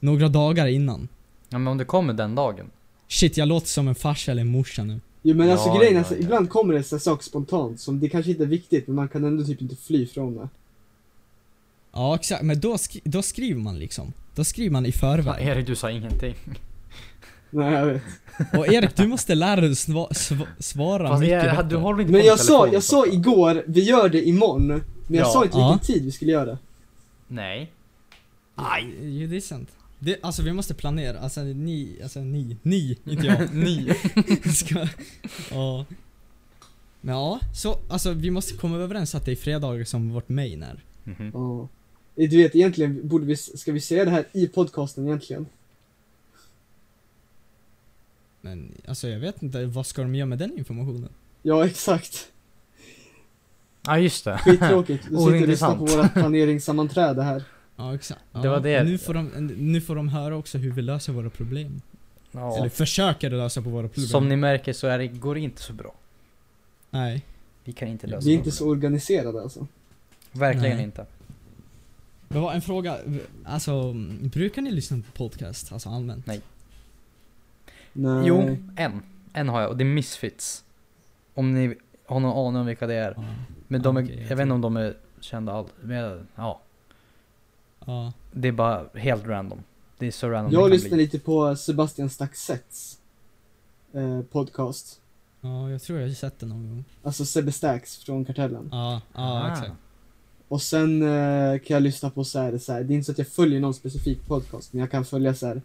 B: Några dagar innan.
C: Ja men om det kommer den dagen.
B: Shit, jag låter som en farsa eller en morsa nu.
A: Jo men alltså
C: Ja,
A: grejen är
C: ja,
A: så,
C: ja.
A: ibland kommer det så här saker spontant som det kanske inte är viktigt men man kan ändå typ inte fly från det.
B: Ja, exakt, men då, skri- då skriver man liksom. Då skriver man i
C: Fan,
B: förväg.
C: Erik du sa ingenting.
A: Nej jag vet.
B: Och Erik, du måste lära dig att sva- sva- svara
C: Fast
B: mycket
C: jag,
B: bättre.
C: du håller inte på
A: Men
C: din
A: jag sa,
C: telefon,
A: jag
C: så.
A: sa igår, vi gör det imorgon. Men jag
C: Ja.
A: sa inte
B: Ja.
A: vilken tid vi skulle göra det.
C: Nej.
B: Jo, det är sant. Det, alltså vi måste planera, alltså ni, alltså ni, ni, inte jag.
C: Ni.
B: Ska, ja. Men ja, så alltså vi måste komma överens att det är fredagar som vårt main är.
C: Mhm.
A: Ja. Du vet egentligen, borde vi, ska vi säga det här i podcasten egentligen?
B: Men alltså jag vet inte, vad ska de göra med den informationen?
A: Ja exakt.
C: Ja just det.
A: Skittråkigt. Du sitter och lyssnar
C: Ointressant.
A: på våra planeringssammanträde här.
B: Ja exakt. Ja,
C: Det var det.
B: Nu får, de, nu får de höra också hur vi löser våra problem. Eller
C: Ja.
B: försöker lösa på våra pluggar.
C: Som ni märker så är det, går det inte så bra.
B: Nej.
C: Vi kan inte lösa
A: Vi är
C: dem.
A: inte så organiserade alltså.
C: Verkligen
B: Nej.
C: inte.
B: Men vad, en fråga. Alltså, brukar ni lyssna på podcast? Alltså allmänt?
A: Nej.
C: Jo, en. En har jag och det är Misfits. Om ni har någon aning om vilka det är.
B: Ja.
C: Men de är,
B: Okej, jag
C: jag vet inte om de är kända alls. Men jag- ja.
B: Ja.
C: Det är bara helt random. Det är så random det
A: Jag
C: kan
A: lyssnar
C: bli.
A: lite på Sebastian Staxets eh, podcast.
B: ja, jag tror jag har sett den någon gång.
A: Alltså Sebbe Stax från Kartellen.
B: Ja, ja
C: Ah.
B: exakt.
A: Och sen eh, kan jag lyssna på så här, det är så här, det är inte så att jag följer någon specifik podcast, men jag kan följa så här,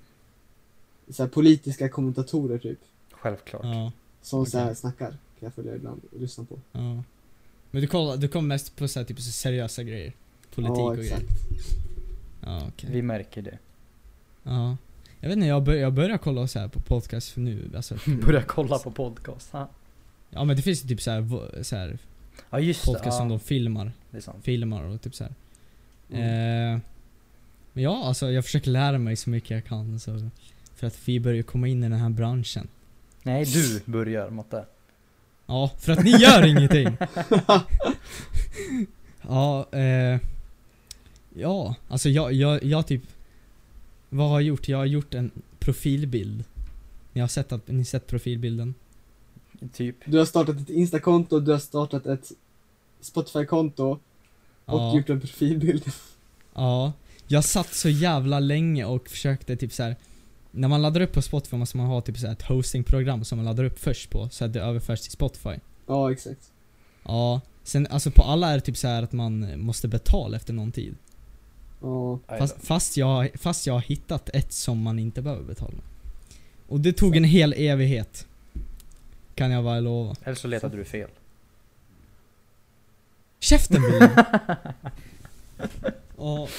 A: så här politiska kommentatorer typ.
C: Självklart.
B: Ja,
A: Som så här
B: Okej.
A: snackar. Kan jag följa ibland och lyssna på.
B: ja. Men du kollar, du kommer mest på så här, typ så seriösa grejer? Politik
A: ja,
B: och
A: exakt.
B: grejer? Ja, okej.
C: Vi märker det.
B: Ja. Jag vet inte, jag, bör, jag börjar kolla så här på podcast för nu. Alltså,
C: Börja kolla på podcast. Ha.
B: ja men det finns ju typ så här, vo- så här
C: Ja just det.
B: podcast som
C: Ja,
B: de filmar,
C: det är sant.
B: filmar och typ så här.
A: Mm.
C: Mm.
B: Eh, men ja, alltså jag försöker lära mig så mycket jag kan så, för att vi börjar komma in i den här branschen.
C: Nej du börjar Matte.
B: Ja, för att ni gör ingenting! ja, eh, ja, alltså jag, jag, jag typ... Vad har jag gjort? Jag har gjort en profilbild. Ni har sett, att, ni har sett profilbilden?
C: Typ.
A: Du har startat ett Insta-konto, du har startat ett Spotify-konto och
B: Ja.
A: gjort en profilbild.
B: Ja, jag satt så jävla länge och försökte typ så här. När man laddar upp på Spotify måste man ha typ så här ett hostingprogram som man laddar upp först på så att det överförs till Spotify.
A: ja, exakt.
B: Ja, sen alltså på alla är det typ så här att man måste betala efter någon tid.
A: Ja.
C: Aj då.
B: Fast, fast, jag, fast jag har hittat ett som man inte behöver betala. Och det tog en hel evighet. Kan jag bara lova.
C: Eller så letade du fel.
B: Käften William! och,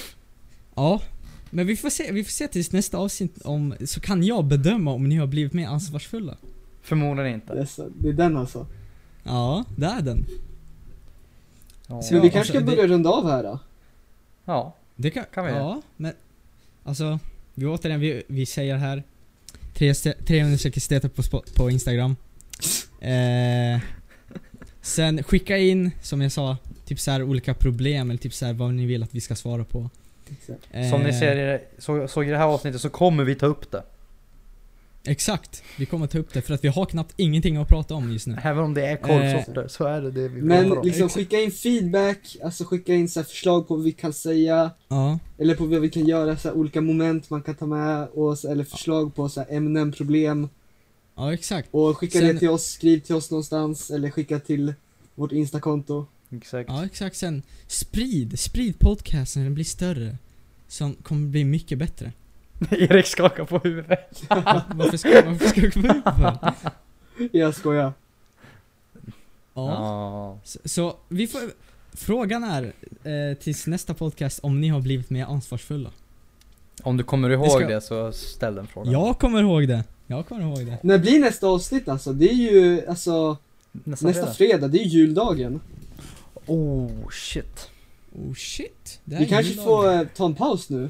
B: ja. Men vi får se, vi får se tills nästa avsnitt om, så kan jag bedöma om ni har blivit mer ansvarsfulla.
C: Förmodligen
A: Det är,
C: inte.
A: så, det är den alltså.
B: Ja, det är den.
C: Ja.
B: Så
A: Men vi
B: Ja,
A: kanske ska
B: alltså, det-
A: börja runda av här då?
C: ja.
B: Det kan,
C: Kan vi
B: Ja, men alltså, vi återigen, vi, vi säger här. Tre, ste- 300 sekretessteter på, Spo- på Instagram. Eh, sen skicka in, som jag sa, typ så här olika problem eller typ så här vad ni vill att vi ska svara på.
A: Exakt.
B: Eh,
C: Som ni ser i det, så, såg i det här avsnittet så kommer vi ta upp det.
B: Exakt, vi kommer ta upp det för att vi har knappt ingenting att prata om just nu.
C: Även om det är
B: Eh,
C: korvsorter så är det det vi
A: Men
C: pratar om.
A: liksom
B: Exakt.
A: skicka in feedback, alltså skicka in så här förslag på vad vi kan säga,
B: Ja,
A: eller på vad vi kan göra, så här olika moment man kan ta med, och, så- eller förslag på så här ämnen, problem.
B: ja exakt.
A: Och skicka
B: Sen-
A: det till oss, skriv till oss någonstans, eller skicka till vårt Insta-konto.
C: Exakt.
B: Ja exakt, sen sprid, sprid podcasten, den blir större. Som kommer bli mycket bättre.
C: Erik skakar på huvudet.
B: Varför ska, varför ska jag komma upp för?
A: Jag skojar.
B: ja.
C: Ja.
B: Så, så vi får, frågan är eh, tills nästa podcast om ni har blivit mer ansvarsfulla.
C: Om du kommer ihåg
B: Vi ska-
C: det så ställ den frågan.
B: Jag kommer ihåg det. Jag kommer ihåg det.
A: När blir nästa avsnitt alltså? Det är ju, alltså,
C: Nästa,
A: nästa
C: fredag.
A: fredag, det är juldagen.
C: Oh shit.
B: Oh shit. Det här
A: Vi
B: är
A: kanske
B: juldagen.
A: får eh, ta en paus nu,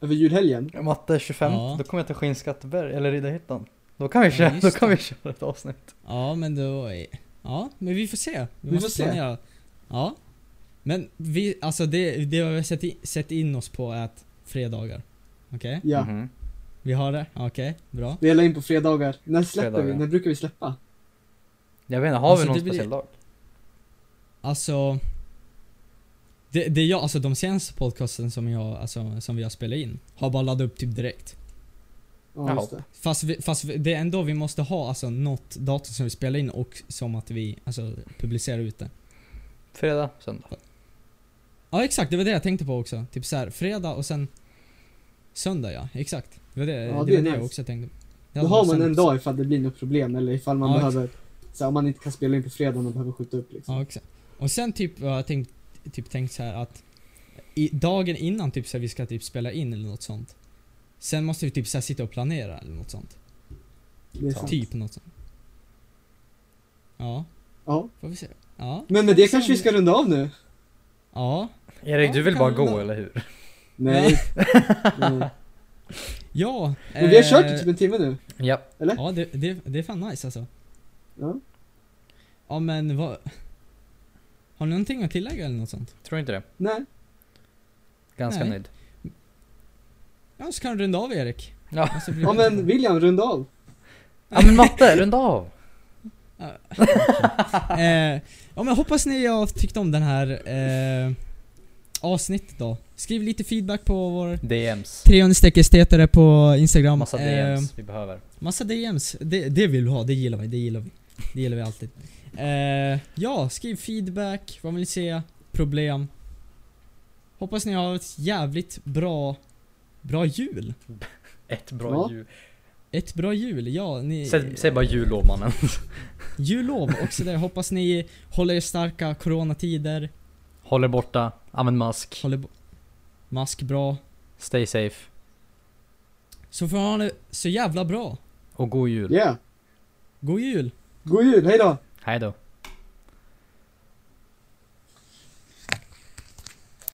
A: över julhelgen.
C: Matte 25,
B: Ja.
C: då kommer jag till Skinnskatteberg eller Riddarhyttan. Då kan vi
B: Ja,
C: köra,
B: just
C: då kan
B: det.
C: vi köra ett avsnitt.
B: Ja men då, är- ja men vi får se. Vi,
A: Vi
B: måste
A: får se.
B: planera. Ja. Men vi, alltså det, det har vi sett, i, sett in oss på är att fredagar. Okej?
A: Ja.
C: Mhm.
B: Vi har det? Okej, bra.
A: Spela in på fredagar. När släpper
C: Fredagar.
A: vi? När brukar vi släppa?
C: Jag vet inte, har
B: Alltså,
C: vi någon
B: det blir-
C: speciell dag?
B: Alltså det, det jag, alltså de senaste podcasten som jag, alltså som vi har spelat in har bara laddat upp typ direkt.
A: Ja,
C: Jaha.
A: just det.
B: Fast, vi, fast vi, det är ändå vi måste ha alltså något datum som vi spelar in och som att vi alltså publicerar ut det.
C: Fredag, söndag.
B: Ja exakt, det var det jag tänkte på också. Typ så här, fredag och sen söndag ja, exakt. Det var det,
A: Ja,
B: det,
A: det är
B: var det jag
A: nice.
B: också tänkte på.
A: Då
B: Det hade
A: har
B: varit
A: man en
B: sant.
A: dag ifall det blir något problem, eller ifall man
B: Ja,
A: behöver, så här, om man inte kan spela in på fredagen och behöver skjuta upp liksom.
B: Ja exakt. Och sen typ, jag har tänkt, typ tänkt så här att i, dagen innan typ så här, vi ska typ spela in eller något sånt. Sen måste vi typ så här, sitta och planera eller något sånt.
A: det är sant.
B: Typ något sånt. Ja,
A: Ja.
B: får vi se. Ja.
A: Men med det kanske vi ska runda av nu?
B: Ja.
C: Erik,
B: Ja,
C: du
B: vi
C: vill
B: kan
C: bara
B: väl
C: gå
B: nå-
C: eller hur?
A: Nej. Nej.
B: Ja!
A: Men vi har kört
B: eh,
A: i typ en timme nu.
C: Ja,
B: Ja, det, det, det är fan nice alltså.
A: Ja.
B: Ja men vad... Har ni någonting att tillägga eller något sånt?
C: tror inte det.
A: Nej.
C: Ganska
B: Nej.
C: nöjd.
B: Ja, så kan du runda av Erik.
C: Ja.
B: Och så blir
A: Ja
B: det-
A: men William, runda av.
C: Ja men matte, runda av!
B: eh, ja men hoppas ni har tyckt om den här eh, avsnittet då. Skriv lite feedback på vår
C: DMs.
B: 300 på Instagram.
C: Massa
B: Eh,
C: DMs vi behöver.
B: massa DMs. Det, det vill vi ha, det gillar vi, det gillar vi. Det gillar vi alltid. Eh, ja, skriv feedback, vad vill ni se? Problem. Hoppas ni har ett jävligt bra, bra jul.
C: Ett bra
A: Ja.
C: jul.
B: Ett bra jul, ja ni...
C: Säg, säg bara jullov mannen.
B: Jullov också där. Hoppas ni håller er starka, coronatider.
C: Håll er borta, använd mask,
B: Håller bo- mask bra.
C: stay safe
B: Så får ha det så jävla bra.
C: och god jul.
A: Yeah.
B: God jul!
A: God jul, hejdå!
C: Hej då.